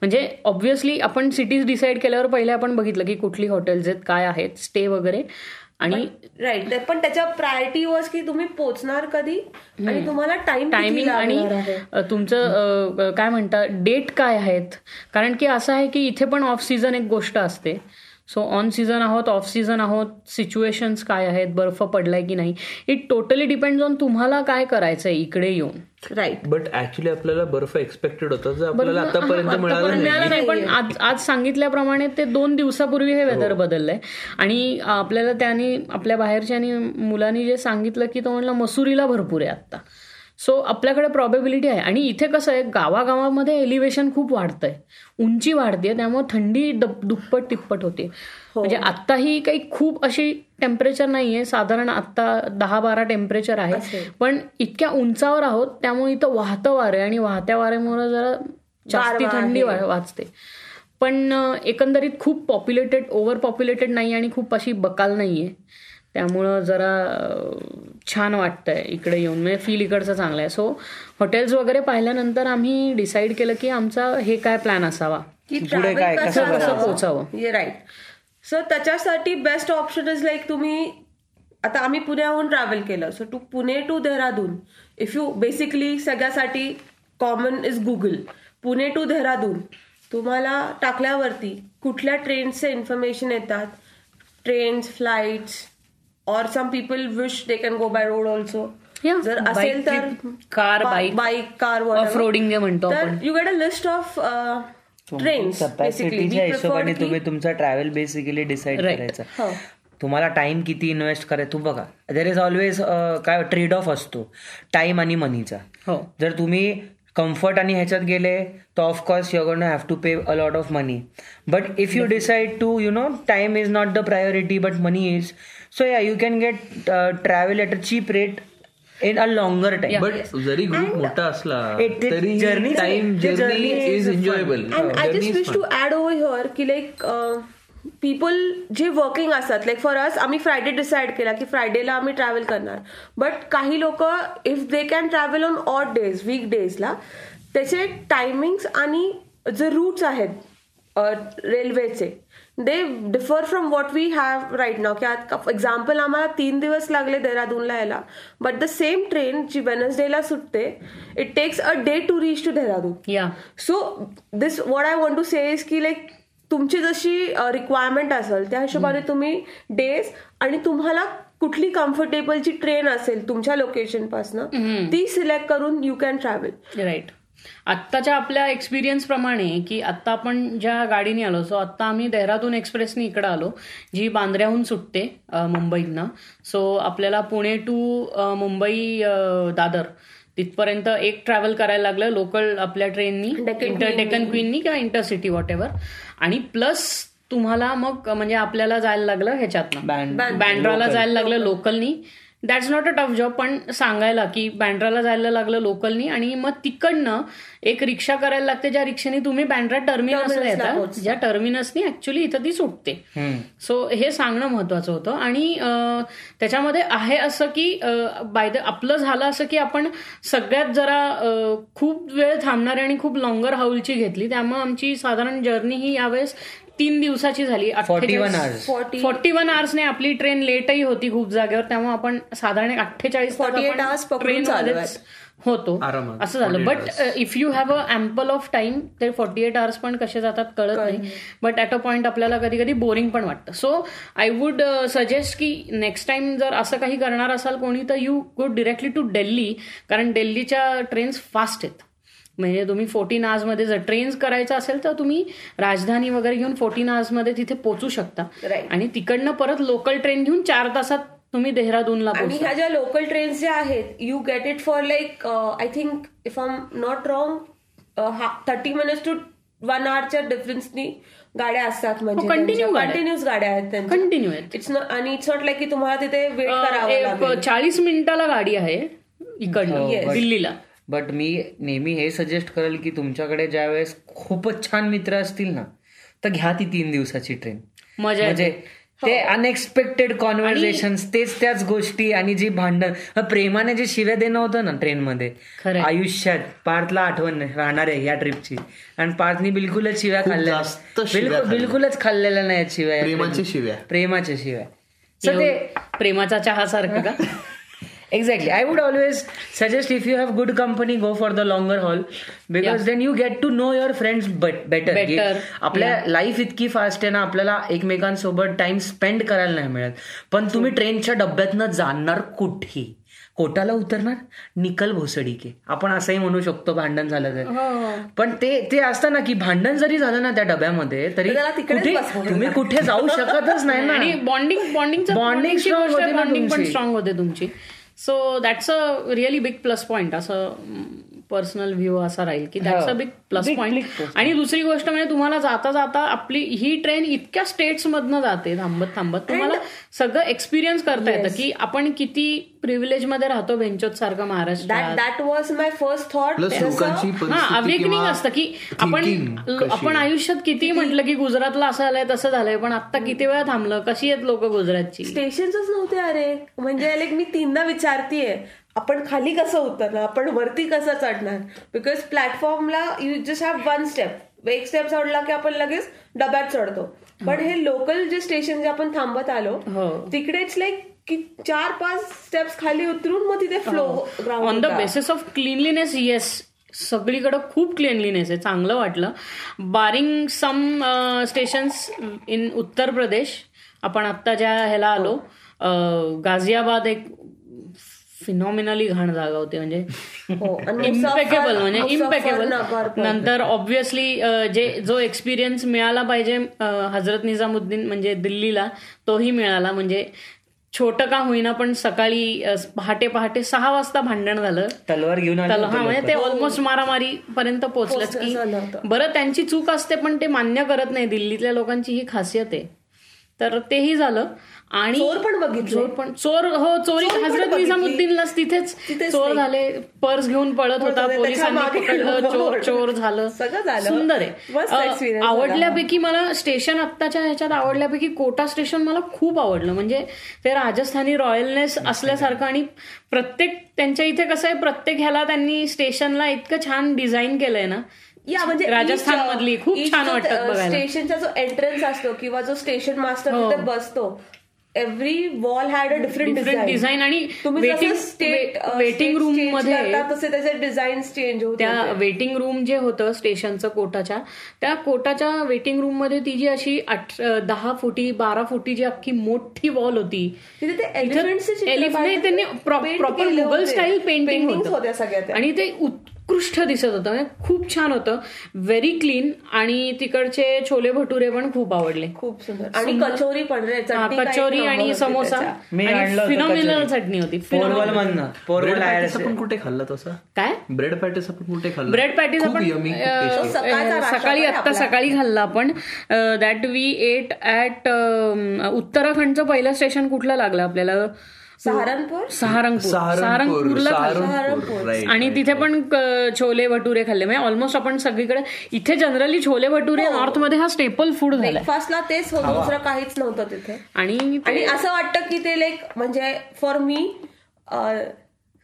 [SPEAKER 3] म्हणजे ऑब्व्हियसली आपण सिटीज डिसाईड केल्यावर पहिले आपण बघितलं की कुठली हॉटेल्स आहेत काय आहेत स्टे वगैरे आणि
[SPEAKER 5] राईट पण त्याच्या प्रायोरिटी वॉज की तुम्ही पोहोचणार कधी आणि तुम्हाला टाइम
[SPEAKER 3] टायमिंग आणि अ, तुमचं अ, काय म्हणता डेट काय आहेत कारण की असं आहे की इथे पण ऑफ सीझन एक गोष्ट असते सो ऑन सीझन आहोत ऑफ सीझन आहोत सिच्युएशन्स काय आहेत बर्फ पडलाय की नाही इट टोटली डिपेंड्स ऑन तुम्हाला काय करायचं आहे इकडे येऊन
[SPEAKER 5] राईट
[SPEAKER 4] बट ऍक्च्युली आपल्याला बर्फ एक्सपेक्टेड होता जो आपल्याला आतापर्यंत मिळाला
[SPEAKER 3] पण
[SPEAKER 4] नाही
[SPEAKER 3] मिळालं नाही पण आज आज सांगितल्याप्रमाणे ते दोन दिवसापूर्वी हे
[SPEAKER 4] हो.
[SPEAKER 3] वेदर बदललंय आणि आपल्याला त्याने आपल्या बाहेरच्यानी मुलांनी जे सांगितलं की तो म्हणला मसुरीला भरपूर आहे आत्ता सो आपल्याकडे प्रॉबेबिलिटी आहे आणि इथे कसं आहे गावागावामध्ये एलिव्हेशन खूप वाढतंय उंची वाढते त्यामुळे थंडी दप- दुप्पट तिप्पट होते म्हणजे आत्ताही काही खूप अशी टेम्परेचर नाहीये साधारण आत्ता दहा बारा टेम्परेचर आहे पण इतक्या उंचावर आहोत त्यामुळे इथं वाहतं वारं आहे आणि वाहत्या वाऱ्यामुळे जरा जास्ती थंडी वा- वाजते पण अ, एकंदरीत खूप पॉप्युलेटेड ओव्हर पॉप्युलेटेड नाही आणि खूप अशी बकाल नाहीये त्यामुळं जरा अ, छान वाटतंय इकडे येऊन म्हणजे फील इकडचं चांगलं आहे सो हॉटेल्स वगैरे पाहिल्यानंतर आम्ही डिसाईड केलं की आमचा हे काय प्लॅन असावा
[SPEAKER 5] की
[SPEAKER 2] पुढे काय,
[SPEAKER 5] ट्रॅव्हल
[SPEAKER 2] कसं
[SPEAKER 5] कसं
[SPEAKER 3] कसं पोहोचावं
[SPEAKER 5] राईट सो त्याच्यासाठी बेस्ट ऑप्शन इज लाईक तुम्ही आता आम्ही पुण्याहून ट्रॅव्हल केलं so to Pune to Dehradun if you basically सगळ्यासाठी common is Google Pune to Dehradun तुम्हाला टाकल्यावरती कुठल्या ट्रेन्सचे इन्फॉर्मेशन येतात ट्रेन्स फ्लाईट्स और some people wish they can go by road also
[SPEAKER 3] Yeah,
[SPEAKER 5] जर असेल तर
[SPEAKER 3] car, bike.
[SPEAKER 5] Bike car
[SPEAKER 3] Off-roading जे म्हणतो आपण.
[SPEAKER 5] You get a list of uh, trains basically
[SPEAKER 2] सिटीच्या हिशोबाने तुम्ही तुमचा ट्रॅव्हल बेसिकली डिसाईड
[SPEAKER 3] Right.
[SPEAKER 2] करायचा तुम्हाला टाइम किती इन्व्हेस्ट करायचं तुम्ही बघा देर इज ऑलवेज काय ट्रेड ऑफ असतो टाइम आणि मनीचा
[SPEAKER 3] हो
[SPEAKER 2] जर तुम्ही कम्फर्ट आणि ह्याच्यात गेले तर of course you're gonna have to pay a lot of money but if you decide to you know time is not the priority but money is so yeah you can get travel at a cheap rate in a longer time
[SPEAKER 4] but जरी group मोठा असला
[SPEAKER 2] It- it-
[SPEAKER 4] तरी
[SPEAKER 2] journey-
[SPEAKER 4] time
[SPEAKER 2] the
[SPEAKER 4] journey
[SPEAKER 2] journey is
[SPEAKER 4] is enjoyable
[SPEAKER 5] and I just wish to add over here की like people uh, जे working असतात like for us आम्ही Friday decide केला की फ्रायडेला आम्ही ट्रॅव्हल करणार बट काही लोक if they can travel on odd days week डेजला त्याचे टायमिंग्स आणि जे रूट्स आहेत रेल्वेचे they differ from what we have right now की एक्झाम्पल आम्हाला तीन दिवस लागले देहरादूनला यायला बट द सेम ट्रेन जी वेनसडेला सुटते it takes a day to reach to Dehradun
[SPEAKER 3] yeah
[SPEAKER 5] so this what I want to say is की लाईक तुमची जशी रिक्वायरमेंट असेल त्या हिशोबाने तुम्ही डेज आणि तुम्हाला कुठली कम्फर्टेबलची ट्रेन असेल तुमच्या लोकेशन पासन ती सिलेक्ट करून यू कॅन ट्रॅव्हल
[SPEAKER 3] राईट आत्ताच्या आपल्या एक्सपिरियन्स प्रमाणे की आत्ता आपण ज्या गाडीने आलो सो आत्ता आम्ही देहरादून एक्सप्रेसने इकडं आलो जी बांद्र्याहून सुटते अ, मुंबईतनं सो आपल्याला पुणे टू अ, मुंबई अ, दादर तिथपर्यंत एक ट्रॅव्हल करायला लागलं लोकल आपल्या ट्रेननी इंटर डेक्कन क्वीननी किंवा इंटरसिटी वॉट एव्हर आणि प्लस तुम्हाला मग म्हणजे आपल्याला जायला लागलं ह्याच्यातनं बँड्राला जायला लागलं लोकलनी that's not a tough job पण सांगायला की बँड्राला जायला लागलं लोकलनी आणि मग तिकडनं एक रिक्षा करायला लागते ज्या रिक्षेने तुम्ही बँड्रा टर्मिनसला येतात ज्या टर्मिनसनी ऍक्च्युली इथं ती सुटते सो हे सांगणं महत्वाचं होतं आणि अं, त्याच्यामध्ये आहे असं की बाय द आपलं झालं असं की आपण सगळ्यात जरा अं, खूप वेळ थांबणारी आणि खूप लॉंगर हाऊलची घेतली त्यामुळे आमची साधारण जर्नी ही यावेळेस तीन दिवसाची झाली
[SPEAKER 2] forty one
[SPEAKER 3] 48
[SPEAKER 2] hours
[SPEAKER 3] forty one ने आपली ट्रेन लेटही होती खूप जागेवर त्यामुळे आपण साधारण अठ्ठेचाळीस
[SPEAKER 5] hours पकडून
[SPEAKER 3] होतो
[SPEAKER 4] आरामात,
[SPEAKER 3] असं झालं uh, but if you have a ample of time ते फॉर्टी एट आवर्स पण कसे जातात कळत नाही बट ॲट अ पॉइंट आपल्याला कधी कधी बोरिंग पण वाटतं so I would suggest uh, की नेक्स्ट टाइम जर असं काही करणार असाल कोणी तर you go directly to Delhi कारण डेल्लीच्या ट्रेन्स फास्ट आहेत म्हणजे तुम्ही फोर्टीन आवर्समध्ये जर ट्रेन्स करायचं असेल तर तुम्ही राजधानी वगैरे घेऊन फोर्टीन आवर्समध्ये तिथे पोहोचू शकता आणि तिकडनं परत लोकल ट्रेन घेऊन चार तासात तुम्ही देहरादूनला
[SPEAKER 5] आणि
[SPEAKER 3] पोहोचता
[SPEAKER 5] ह्या ज्या लोकल ट्रेन्स ज्या आहेत you get it for like I think if I am not wrong thirty minutes to one आवरच्या डिफरन्सनी गाड्या असतात म्हणजे
[SPEAKER 3] हो, continue गाड्या.
[SPEAKER 5] कंटिन्यूस गाड्या आहेत त्यांच्या
[SPEAKER 3] कंटिन्यू आहे
[SPEAKER 5] इट्स नॉट आणि इट्स नॉट लाईक की तुम्हाला तिथे वेट
[SPEAKER 3] अं,
[SPEAKER 5] करावं
[SPEAKER 3] एक
[SPEAKER 5] लागेल
[SPEAKER 3] चाळीस मिनिटाला गाडी आहे इकडनं दिल्लीला
[SPEAKER 2] बट मी नेहमी हे सजेस्ट करेल की तुमच्याकडे ज्या वेळेस खूपच छान मित्र असतील ना तर घ्या ती तीन दिवसाची ट्रेन
[SPEAKER 3] मजा येते.
[SPEAKER 2] म्हणजे ते अनएक्सपेक्टेड कॉन्व्हर्सेशन तेच त्याच गोष्टी आणि जी भांडण हा, प्रेमाने जे शिव्या देणं होतं ना ट्रेनमध्ये
[SPEAKER 3] खरंय.
[SPEAKER 2] आयुष्यात पार्थला आठवण राहणार आहे या ट्रिपची आणि पार्थनी बिलकुलच शिव्या खाल्ल्या
[SPEAKER 4] जास्त शिव्या
[SPEAKER 2] बिलकुल
[SPEAKER 4] खाल्ल्या.
[SPEAKER 2] बिलकुलच खाल्लेल्या नाही आहेत शिव्या या
[SPEAKER 4] प्रेमाच्या
[SPEAKER 2] ट्रेनमध्ये.
[SPEAKER 4] शिव्या.
[SPEAKER 2] प्रेमाच्या शिव्या सो
[SPEAKER 3] येऊन
[SPEAKER 2] ते
[SPEAKER 3] प्रेमाचा चहा सारखं
[SPEAKER 2] [laughs]
[SPEAKER 3] का
[SPEAKER 2] Exactly. I would always suggest if you have good company, go for the longer haul because then you get to know your friends but better.
[SPEAKER 3] Better.
[SPEAKER 2] की आपल्या लाईफ इतकी फास्ट आहे ना आपल्याला एकमेकांसोबत टाइम स्पेंड करायला नाही मिळत पण तुम्ही ट्रेनच्या डब्यातनं जाणार कुठे कोटाला उतरणार निकल भोसडीके आपण असंही म्हणू शकतो भांडण झालं
[SPEAKER 5] हो.
[SPEAKER 2] तर पण ते ते असतं ना की भांडण जरी झालं ना त्या डब्यामध्ये तरी
[SPEAKER 5] त्याला तिकडेच
[SPEAKER 2] कुठे-
[SPEAKER 5] बसवलं
[SPEAKER 2] तुम्ही कुठे जाऊ शकतच नाही
[SPEAKER 5] [laughs]
[SPEAKER 2] ना
[SPEAKER 3] आणि बॉन्डिंग बॉन्डिंग
[SPEAKER 2] Bonding strong होते ना
[SPEAKER 3] बॉन्डिंग पण
[SPEAKER 2] तुमची.
[SPEAKER 3] स्ट्रॉंग होते तुमची so that's a really big plus point असं पर्सनल व्ह्यू असा राहील की दॅट्स
[SPEAKER 2] हो.
[SPEAKER 3] अ बिग प्लस पॉईंट आणि दुसरी गोष्ट म्हणजे तुम्हाला जाता जाता आपली ही ट्रेन इतक्या स्टेट्स मधनं जाते थांबत थांबत तुम्हाला सगळं एक्सपिरियन्स करता येतं की आपण किती प्रिव्हिलेज मध्ये राहतो बेंचोत सारखं
[SPEAKER 5] दॅट
[SPEAKER 3] महाराष्ट्रात
[SPEAKER 5] that was my first thought
[SPEAKER 4] plus लोकांची
[SPEAKER 3] हा
[SPEAKER 4] परिस्थिती
[SPEAKER 3] अवेकनिंग
[SPEAKER 4] किंवा
[SPEAKER 3] असतं की आपण
[SPEAKER 4] thinking कशी
[SPEAKER 3] आपण
[SPEAKER 4] आहे.
[SPEAKER 3] आयुष्यात किती म्हटलं की गुजरातला असं आलंय तसं झालंय पण आता किती वेळा थांबलं कशी आहेत लोक गुजरातची
[SPEAKER 5] स्टेशनच नव्हते अरे म्हणजे लाईक मी तीनदा विचारतीये आपण खाली कसं उतरणार आपण वरती कसं चढणार बिकॉज प्लॅटफॉर्मला you just have one step एक स्टेप चढला की आपण लगेच डब्यात चढतो पण हे लोकल जे स्टेशन जे आपण थांबत आलो
[SPEAKER 3] हो.
[SPEAKER 5] तिकडेच लाईक की चार पाच स्टेप्स खाली उतरून मग तिथे
[SPEAKER 3] हो.
[SPEAKER 5] Flow
[SPEAKER 3] on the
[SPEAKER 5] ground
[SPEAKER 3] basis of cleanliness yes सगळीकडं खूप क्लिनलीनेस आहे चांगलं वाटलं barring some stations in Uttar Pradesh आपण आत्ता ज्या ह्याला आलो अ, गाझियाबाद एक फिनॉमिनली घाण जागा होती म्हणजे
[SPEAKER 5] हो आणि
[SPEAKER 3] इम्पेकेबल
[SPEAKER 5] मुसाफर-
[SPEAKER 3] म्हणजे
[SPEAKER 5] मुसाफर
[SPEAKER 3] इम्पेकेबल
[SPEAKER 5] नगर पण.
[SPEAKER 3] नंतर ऑब्विसली जे जो एक्सपिरियन्स मिळाला पाहिजे अ, हजरत निजामुद्दीन म्हणजे दिल्लीला तोही मिळाला म्हणजे छोटं का होईना पण सकाळी अ, पहाटे पहाटे सहा वाजता भांडण झालं
[SPEAKER 2] तलवार घेऊन आले
[SPEAKER 3] त्याला
[SPEAKER 2] होते
[SPEAKER 3] हा म्हणजे ते ऑलमोस्ट मारामारी पर्यंत पोहोचलंच की
[SPEAKER 5] झालं होतं.
[SPEAKER 3] बरं त्यांची चूक असते पण ते मान्य करत नाही दिल्लीतल्या लोकांची ही खासियत आहे तर तेही झालं आणि
[SPEAKER 5] चोर पण बघितले.
[SPEAKER 3] चोर पण चोर हो चोरी
[SPEAKER 5] चोर पण
[SPEAKER 3] हजरत
[SPEAKER 5] बघितली.
[SPEAKER 3] निजामुद्दीनलाच तिथेच
[SPEAKER 5] तिथेच
[SPEAKER 3] चोर
[SPEAKER 5] नाही.
[SPEAKER 3] झाले पर्स घेऊन पळत होता
[SPEAKER 5] होता, त्याच्या
[SPEAKER 3] पोलिसांनी
[SPEAKER 5] मागे
[SPEAKER 3] पकडलं
[SPEAKER 5] लोकं
[SPEAKER 3] चोर
[SPEAKER 5] ओरडत.
[SPEAKER 3] चोर झालं
[SPEAKER 5] सगळं झालं.
[SPEAKER 3] सुंदर
[SPEAKER 5] मस्त
[SPEAKER 3] आहे
[SPEAKER 5] experience
[SPEAKER 3] अ,
[SPEAKER 5] झाला.
[SPEAKER 3] आवडल्यापैकी मला स्टेशन आत्ताच्या ह्याच्यात आवडल्यापैकी कोटा स्टेशन मला खूप आवडलं म्हणजे ते राजस्थानी रॉयलनेस असल्यासारखं आणि प्रत्येक त्यांच्या इथे कसं आहे प्रत्येक ह्याला त्यांनी स्टेशनला इतकं छान डिझाइन केलंय ना
[SPEAKER 5] या म्हणजे
[SPEAKER 3] राजस्थान मधली खूप छान वाटतात बघायला हो.
[SPEAKER 5] स्टेशनचा जो एंट्रन्स असतो किंवा जो स्टेशन मास्टर तिथे बसतो every wall had a different
[SPEAKER 3] different design आणि
[SPEAKER 5] तुम्ही
[SPEAKER 3] वेटिंग
[SPEAKER 5] स्टेट
[SPEAKER 3] वेटिंग रूम मध्ये
[SPEAKER 5] तसे त्याचे डिझाईन चेंज होतात
[SPEAKER 3] त्या वेटिंग रूम जे होतं स्टेशनचं कोटाच्या त्या कोटाच्या वेटिंग रूम मध्ये ती जी अशी आठ अ, दहा फुटी बारा फुटी जी अख्खी मोठी वॉल होती
[SPEAKER 5] तिथे ते
[SPEAKER 3] इथं
[SPEAKER 5] एलिमेंट
[SPEAKER 3] एलिफ- नाही, त्यांनी प्रॉपर मुघल स्टाईल पेंटिंग
[SPEAKER 5] होत्या सगळ्या त्या.
[SPEAKER 3] आणि ते उत्कृष्ट दिसत होतं म्हणजे खूप छान होतं व्हेरी क्लीन आणि तिकडचे छोले भटुरे पण खूप आवडले
[SPEAKER 5] खूप सुंदर आणि कचोरी पण रे
[SPEAKER 3] हा,
[SPEAKER 5] चटणी काही
[SPEAKER 3] कचोरी
[SPEAKER 5] खावं
[SPEAKER 3] आणि
[SPEAKER 5] होती
[SPEAKER 3] समोसा
[SPEAKER 5] त्याच्या.
[SPEAKER 2] मी आणलं होतं
[SPEAKER 3] फिनॉमिनल
[SPEAKER 2] कचोरी.
[SPEAKER 3] चटणी होती
[SPEAKER 2] पोरवल
[SPEAKER 3] phenomenal.
[SPEAKER 2] म्हणणं पोरवल
[SPEAKER 4] ब्रेड पॅटीस
[SPEAKER 2] आहे
[SPEAKER 4] आपण कुठे खाल्ला तसा
[SPEAKER 3] काय
[SPEAKER 4] ब्रेड पॅटीस आपण कुठे खाल्ला
[SPEAKER 3] ब्रेड पॅटीस
[SPEAKER 4] खूप
[SPEAKER 3] आपण
[SPEAKER 4] yummy, खूप
[SPEAKER 3] अं,
[SPEAKER 4] tasty.
[SPEAKER 5] सकाळचा
[SPEAKER 3] अं,
[SPEAKER 5] नाश्ता
[SPEAKER 3] सकाळी
[SPEAKER 5] पण
[SPEAKER 3] आत्ता
[SPEAKER 5] आपला.
[SPEAKER 3] सकाळी खाल्ला आपण दॅट वी एट ऍट उत्तराखंडचं पहिलं स्टेशन कुठलं लागलं आपल्याला
[SPEAKER 5] सहारनपूर
[SPEAKER 3] सहारंगपूर
[SPEAKER 4] सहारनपूर
[SPEAKER 3] सहारंगपूरला खाल्लं.
[SPEAKER 4] सहारनपूर right,
[SPEAKER 3] आणि
[SPEAKER 4] right.
[SPEAKER 3] तिथे पण क- छोले भटुरे खाल्ले म्हणजे ऑलमोस्ट आपण सगळीकडे इथे जनरली छोले भटुरे
[SPEAKER 5] हो.
[SPEAKER 3] नॉर्थ मध्ये हा स्टेपल फूड झालाय
[SPEAKER 5] ब्रेकफास्टला तेच होतं दुसरं काहीच नव्हतं तिथे
[SPEAKER 3] आणि
[SPEAKER 5] आणि असं वाटतं की ते लाईक म्हणजे for me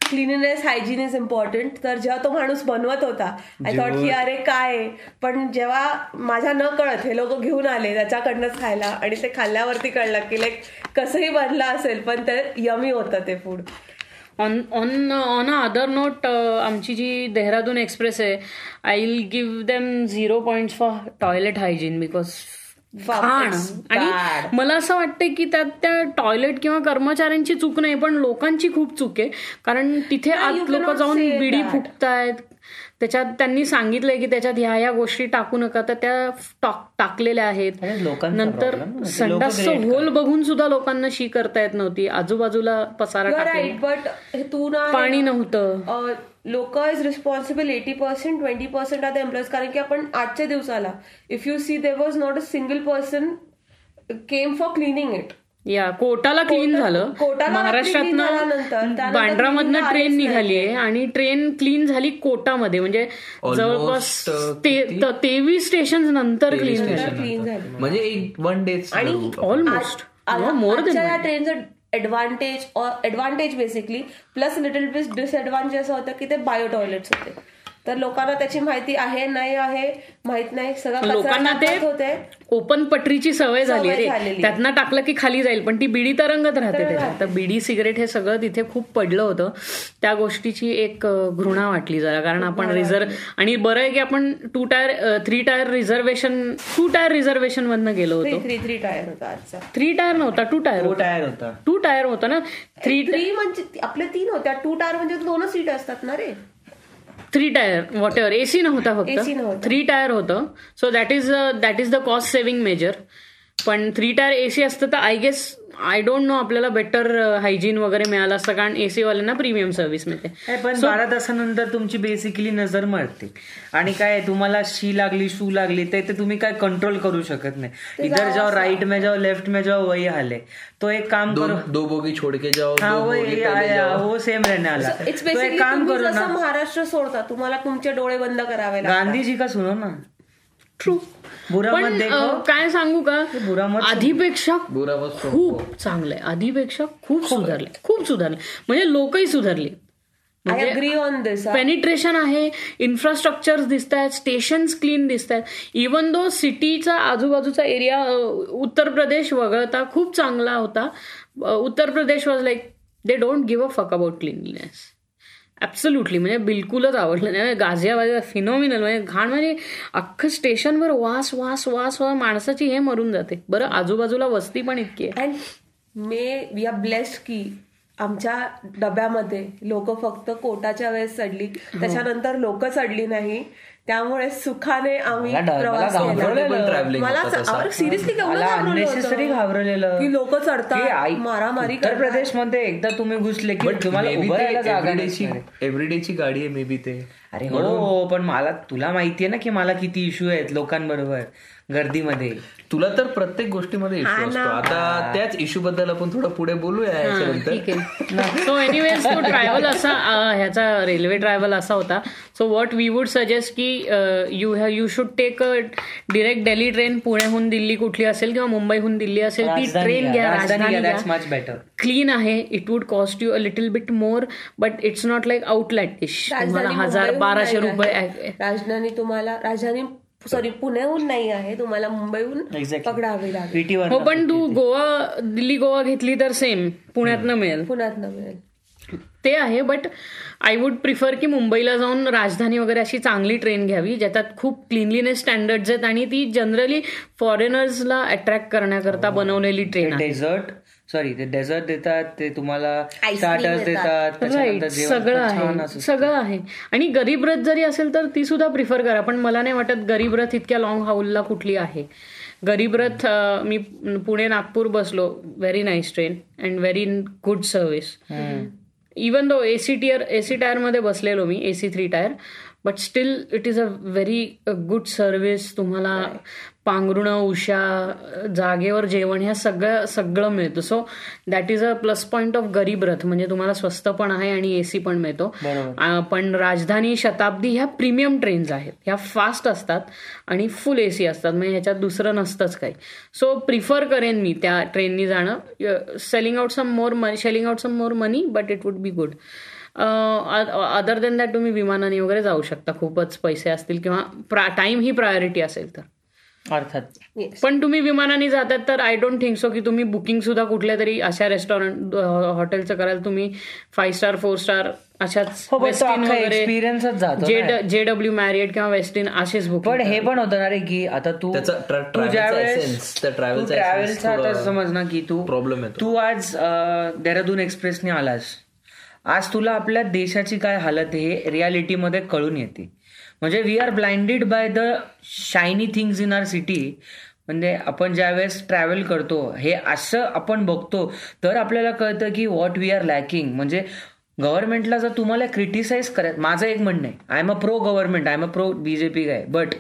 [SPEAKER 5] cleanliness hygiene is important तर जेव्हा तो माणूस बनवत होता आय थॉट की अरे काय आहे? पण जेव्हा माझ्या न कळत हे लोक घेऊन आले त्याच्याकडनंच खायला आणि ते खाल्ल्यावरती कळलं की लाईक कसंही बनलं असेल पण ते यमी होतं ते food
[SPEAKER 3] on on on other note आमची जी देहरादून एक्सप्रेस आहे I will give them zero point for toilet hygiene because घाण आणि मला असं वाटतं की त्यात त्या टॉयलेट किंवा कर्मचाऱ्यांची चूक नाही पण लोकांची खूप चूक आहे कारण तिथे आत लोक जाऊन बिडी फुकतायत त्याच्यात त्यांनी सांगितलंय की त्याच्यात ह्या ह्या गोष्टी टाकू नका तर त्या टाक- टाकलेल्या आहेत
[SPEAKER 2] अरे लोकांचा
[SPEAKER 3] नंतर
[SPEAKER 2] problem ना. ते
[SPEAKER 3] संडासचं
[SPEAKER 2] लोकं create
[SPEAKER 3] होल बघून सुद्धा लोकांना शी करता येत नव्हती आजूबाजूला पसारा टाकलेला
[SPEAKER 5] राईट बट तू ना
[SPEAKER 3] पाणी नव्हतं
[SPEAKER 5] लोक is responsible eighty percent twenty percent are the employees कारण की आपण आजच्या दिवसाला if you see there was not a single person came for cleaning it
[SPEAKER 3] या कोटाला क्लीन झालं
[SPEAKER 5] कोटाला रात्री clean झाल्यानंतर,
[SPEAKER 3] महाराष्ट्रातनं
[SPEAKER 5] त्यानंतर
[SPEAKER 3] बांद्रामधनं
[SPEAKER 5] clean
[SPEAKER 3] ट्रेन
[SPEAKER 5] झालीच
[SPEAKER 3] निघाली आहे आणि ट्रेन क्लीन झाली कोटामध्ये म्हणजे
[SPEAKER 4] Almost,
[SPEAKER 3] जवळपास
[SPEAKER 4] अ,
[SPEAKER 3] ते- त- तेवीस स्टेशन नंतर क्लीन झाली
[SPEAKER 5] clean झाली.
[SPEAKER 4] म्हणजे एक वन डे
[SPEAKER 5] आणि
[SPEAKER 3] ऑलमोस्ट मोर
[SPEAKER 5] आजच्या या ट्रेनचं ऍडव्हान्टेज और advantage basically plus little bit disadvantage असं होतं की ते बायो टॉयलेट्स होते तर लोकांना त्याची माहिती आहे नाही आहे माहित नाही सगळं कचरा
[SPEAKER 3] लोकांना ते
[SPEAKER 5] टाकत होते
[SPEAKER 3] ओपन पटरीची सवय झाली रे
[SPEAKER 5] झालेली.
[SPEAKER 3] त्यातनं टाकलं की खाली जाईल पण ती बिडी तरंगत राहते त्याच्यात तर बिडी सिगरेट हे सगळं तिथे खूप पडलं होतं त्या गोष्टीची एक अ, घृणा वाटली जरा कारण आपण रिझर्व आणि बरं आहे की आपण two tier three tier reservation two tier reservation मधनं गेलो होतो
[SPEAKER 5] थ्री थ्री टायर होता आजचा
[SPEAKER 3] थ्री टायर नव्हता टू टायर
[SPEAKER 2] तो टायर होता
[SPEAKER 3] टू टायर होता ना थ्री
[SPEAKER 5] थ्री म्हणजे आपले तीन होत्या टू टायर म्हणजे दोनच सीट असतात ना रे
[SPEAKER 3] three tier whatever AC नव्हता
[SPEAKER 5] AC
[SPEAKER 3] फक्त
[SPEAKER 5] नव्हता.
[SPEAKER 3] थ्री टायर होतं so that is that is the cost saving major पण थ्री टायर एसी असतं तर I guess I don't know आपल्याला बेटर हायजीन वगैरे मिळालं असतं कारण एसी वाल्यांना प्रीमियम सर्व्हिस मिळते
[SPEAKER 2] ए, पण बारा तासानंतर तुमची बेसिकली नजर मारते आणि काय तुम्हाला शी लागली शू लागली ते ते तुम्ही काय कंट्रोल करू शकत नाही इधर जाओ राईट मे जाओ लेफ्ट मे जाओ वही हाल है तो एक काम
[SPEAKER 4] दो,
[SPEAKER 2] करो
[SPEAKER 4] दो बोगी छोड़ के जाओ
[SPEAKER 2] हाँ
[SPEAKER 4] दो
[SPEAKER 2] वो
[SPEAKER 4] बोगी
[SPEAKER 2] ये
[SPEAKER 4] पहले
[SPEAKER 2] आया,
[SPEAKER 4] जाओ
[SPEAKER 2] वो सेम रहने वाला
[SPEAKER 5] इट्स
[SPEAKER 2] तो एक काम
[SPEAKER 5] बेसिकली
[SPEAKER 2] करो
[SPEAKER 5] जसं
[SPEAKER 2] ना
[SPEAKER 5] महाराष्ट्र सोडता तुम्हाला तुमचे डोळे बंद करावे लागतात
[SPEAKER 2] गांधीजी का सुनो ना
[SPEAKER 3] ट्रू
[SPEAKER 2] बुरा मत
[SPEAKER 3] पण
[SPEAKER 2] देखो
[SPEAKER 3] अं, काय सांगू का
[SPEAKER 2] बुरा मत
[SPEAKER 3] आधीपेक्षा
[SPEAKER 4] बुरा मत सोचो.
[SPEAKER 3] खूप चांगलंय आधीपेक्षा खूप सुधारले खूप सुधारले म्हणजे लोकही सुधारली
[SPEAKER 5] आय
[SPEAKER 2] म्हणजे
[SPEAKER 5] अग्री ऑन दिस
[SPEAKER 3] पेनिट्रेशन आहे इन्फ्रास्ट्रक्चर दिसत आहेत स्टेशन्स क्लीन दिसत आहेत इवन दो सिटीचा आजूबाजूचा एरिया उत्तर प्रदेश वगळता खूप चांगला होता अ, Uttar Pradesh was like they don't give a fuck about cleanliness absolutely म्हणजे बिलकुलच आवडलं नाही गाझियाबाद फिनोमिनल म्हणजे घाण म्हणजे अख्खं स्टेशनवर वास वास वास वास माणसाची हे मरून जाते बरं आजूबाजूला वस्ती पण इतकी आहे
[SPEAKER 5] and may we are blessed की आमच्या डब्यामध्ये लोक फक्त कोटाच्या वेळेस चढली
[SPEAKER 2] हो.
[SPEAKER 5] त्याच्यानंतर लोक चढली नाही त्यामुळे सुखाने आम्ही
[SPEAKER 2] मला
[SPEAKER 5] प्रवास
[SPEAKER 2] घाबरवलं
[SPEAKER 4] पण
[SPEAKER 5] केला
[SPEAKER 4] travelling होतं तसं.
[SPEAKER 5] मला सिरियसली
[SPEAKER 2] मला अननेसेसरी घाबरलेलं
[SPEAKER 5] की लोक
[SPEAKER 2] की
[SPEAKER 5] चढतात
[SPEAKER 2] आई-
[SPEAKER 5] मारामारी
[SPEAKER 2] उत्तर
[SPEAKER 5] करतात
[SPEAKER 2] प्रदेश मध्ये एकदा तुम्ही घुसले की
[SPEAKER 4] But
[SPEAKER 2] तुम्हाला
[SPEAKER 4] maybe
[SPEAKER 2] उभं
[SPEAKER 4] ते
[SPEAKER 2] राहायला जागा
[SPEAKER 4] everyday
[SPEAKER 2] नसणार
[SPEAKER 4] ची-
[SPEAKER 2] आहे.
[SPEAKER 4] everyday ची गाडी आहे मे बी ते
[SPEAKER 2] अरे हो पण मला तुला माहितीये ना की मला किती इश्यू आहेत लोकांबरोबर गर्दीमध्ये
[SPEAKER 4] तुला तर प्रत्येक गोष्टीमध्ये इश्यू असतो आता त्याच इश्यू बद्दल आपण थोडं पुढे बोलूया याच्यानंतर
[SPEAKER 3] ठीक [laughs] आहे सो एनिवेज तो ट्रॅव्हल असा अ, ह्याचा रेल्वे ट्रॅव्हल असा होता so what we would suggest की you have you should take a direct Delhi train पुण्याहून दिल्ली कुठली असेल किंवा मुंबईहून दिल्ली असेल ती ट्रेन घ्या राजधानी घ्या
[SPEAKER 2] दॅट्स मच बेटर
[SPEAKER 3] क्लीन आहे it would cost you a little bit more but it's not like outlandish तुम्हाला हजार
[SPEAKER 5] मुंबईहून
[SPEAKER 3] बाराशे
[SPEAKER 5] नाही
[SPEAKER 3] रुपये
[SPEAKER 5] आहे. राजधानी तुम्हाला राजधानी सॉरी पुण्याहून नाही आहे तुम्हाला मुंबईहून
[SPEAKER 2] Exactly.
[SPEAKER 5] पकडावी लागेल
[SPEAKER 2] पीटी वर
[SPEAKER 3] हो पण तू गोवा दिल्ली गोवा घेतली तर सेम पुण्यातनं मिळेल
[SPEAKER 5] पुण्यात मिळेल
[SPEAKER 3] ते आहे बट आय वुड प्रिफर की मुंबईला जाऊन राजधानी वगैरे अशी चांगली ट्रेन घ्यावी ज्याच्यात खूप क्लिनलीनेस स्टँडर्ड्स आहेत आणि ती जनरली फॉरेनर्सला अट्रॅक्ट
[SPEAKER 2] हो.
[SPEAKER 3] करण्याकरता बनवलेली ट्रेन आहे
[SPEAKER 2] डेझर्ट सॉरी ते डेझर्ट देतात ते तुम्हाला
[SPEAKER 5] Ice
[SPEAKER 2] स्टार्टर्स
[SPEAKER 5] cream देतात.
[SPEAKER 2] देतात
[SPEAKER 3] राईट
[SPEAKER 2] त्याच्यानंतर जेवण
[SPEAKER 3] सगळं
[SPEAKER 2] पण छान
[SPEAKER 3] आहे
[SPEAKER 2] असतं.
[SPEAKER 3] सगळं आहे आणि गरीब रथ जरी असेल तर ती सुद्धा प्रिफर करा पण मला नाही वाटत गरीब रथ इतक्या लॉंग हाऊलला कुठली आहे गरीब रथ अं, मी पुणे नागपूर बसलो very nice train and very good service even though AC tier AC टायरमध्ये बसलेलो मी AC three tier but still it is a very good service तुम्हाला पांघरुणं उषा अ, जागेवर जेवण ह्या सगळ्या सगळं मिळतं so that is a plus point of Garib Rath म्हणजे तुम्हाला स्वस्त पण आहे आणि एसी पण मिळतो अ, पण राजधानी शताब्दी ह्या प्रीमियम ट्रेन्स आहेत ह्या फास्ट असतात आणि फुल एसी असतात म्हणजे ह्याच्यात दुसरं नसतंच काही सो प्रिफर करेन मी त्या ट्रेननी जाणं shelling out some more money shelling out some more money but it would be good other than that तुम्ही विमानाने वगैरे जाऊ शकता खूपच पैसे असतील किंवा टाइम ही प्रायोरिटी असेल तर
[SPEAKER 2] अर्थात
[SPEAKER 3] पण तुम्ही विमानाने जातात तर आय डोंट थिंक सो की तुम्ही बुकिंग सुद्धा कुठल्या तरी अशा रेस्टॉरंट हॉटेलचं कराल तुम्ही फाईव्ह स्टार फोर स्टार अशाच
[SPEAKER 2] हो, पण तो
[SPEAKER 3] वेस्टिन
[SPEAKER 2] अख्खा
[SPEAKER 3] वगैरे
[SPEAKER 2] experience च जातो ना.
[SPEAKER 3] जे डब्ल्यू मॅरियट किंवा वेस्टिन असेच बुक
[SPEAKER 2] पण हे पण होतं ना रे की आता तू
[SPEAKER 4] त्याचा tra- travel चा essence, त्या travel चा essence थोडा
[SPEAKER 2] ट्रॅव्हलचा समज ना की तू
[SPEAKER 4] problem येतो.
[SPEAKER 2] तू आज अं, देहरादून एक्सप्रेसने आलास आज तुला आपल्या देशाची काय हालत आहे हे reality मध्ये कळून येते म्हणजे we are blinded by the shiny things in our city म्हणजे आपण ज्यावेळेस ट्रॅव्हल करतो हे असं आपण बघतो तर आपल्याला कळतं की व्हॉट वी आर लॅकिंग म्हणजे गव्हर्नमेंटला जर तुम्हाला क्रिटिसाइज करायचं माझं एक म्हणणं आहे I am a pro government I am a pro BJP guy but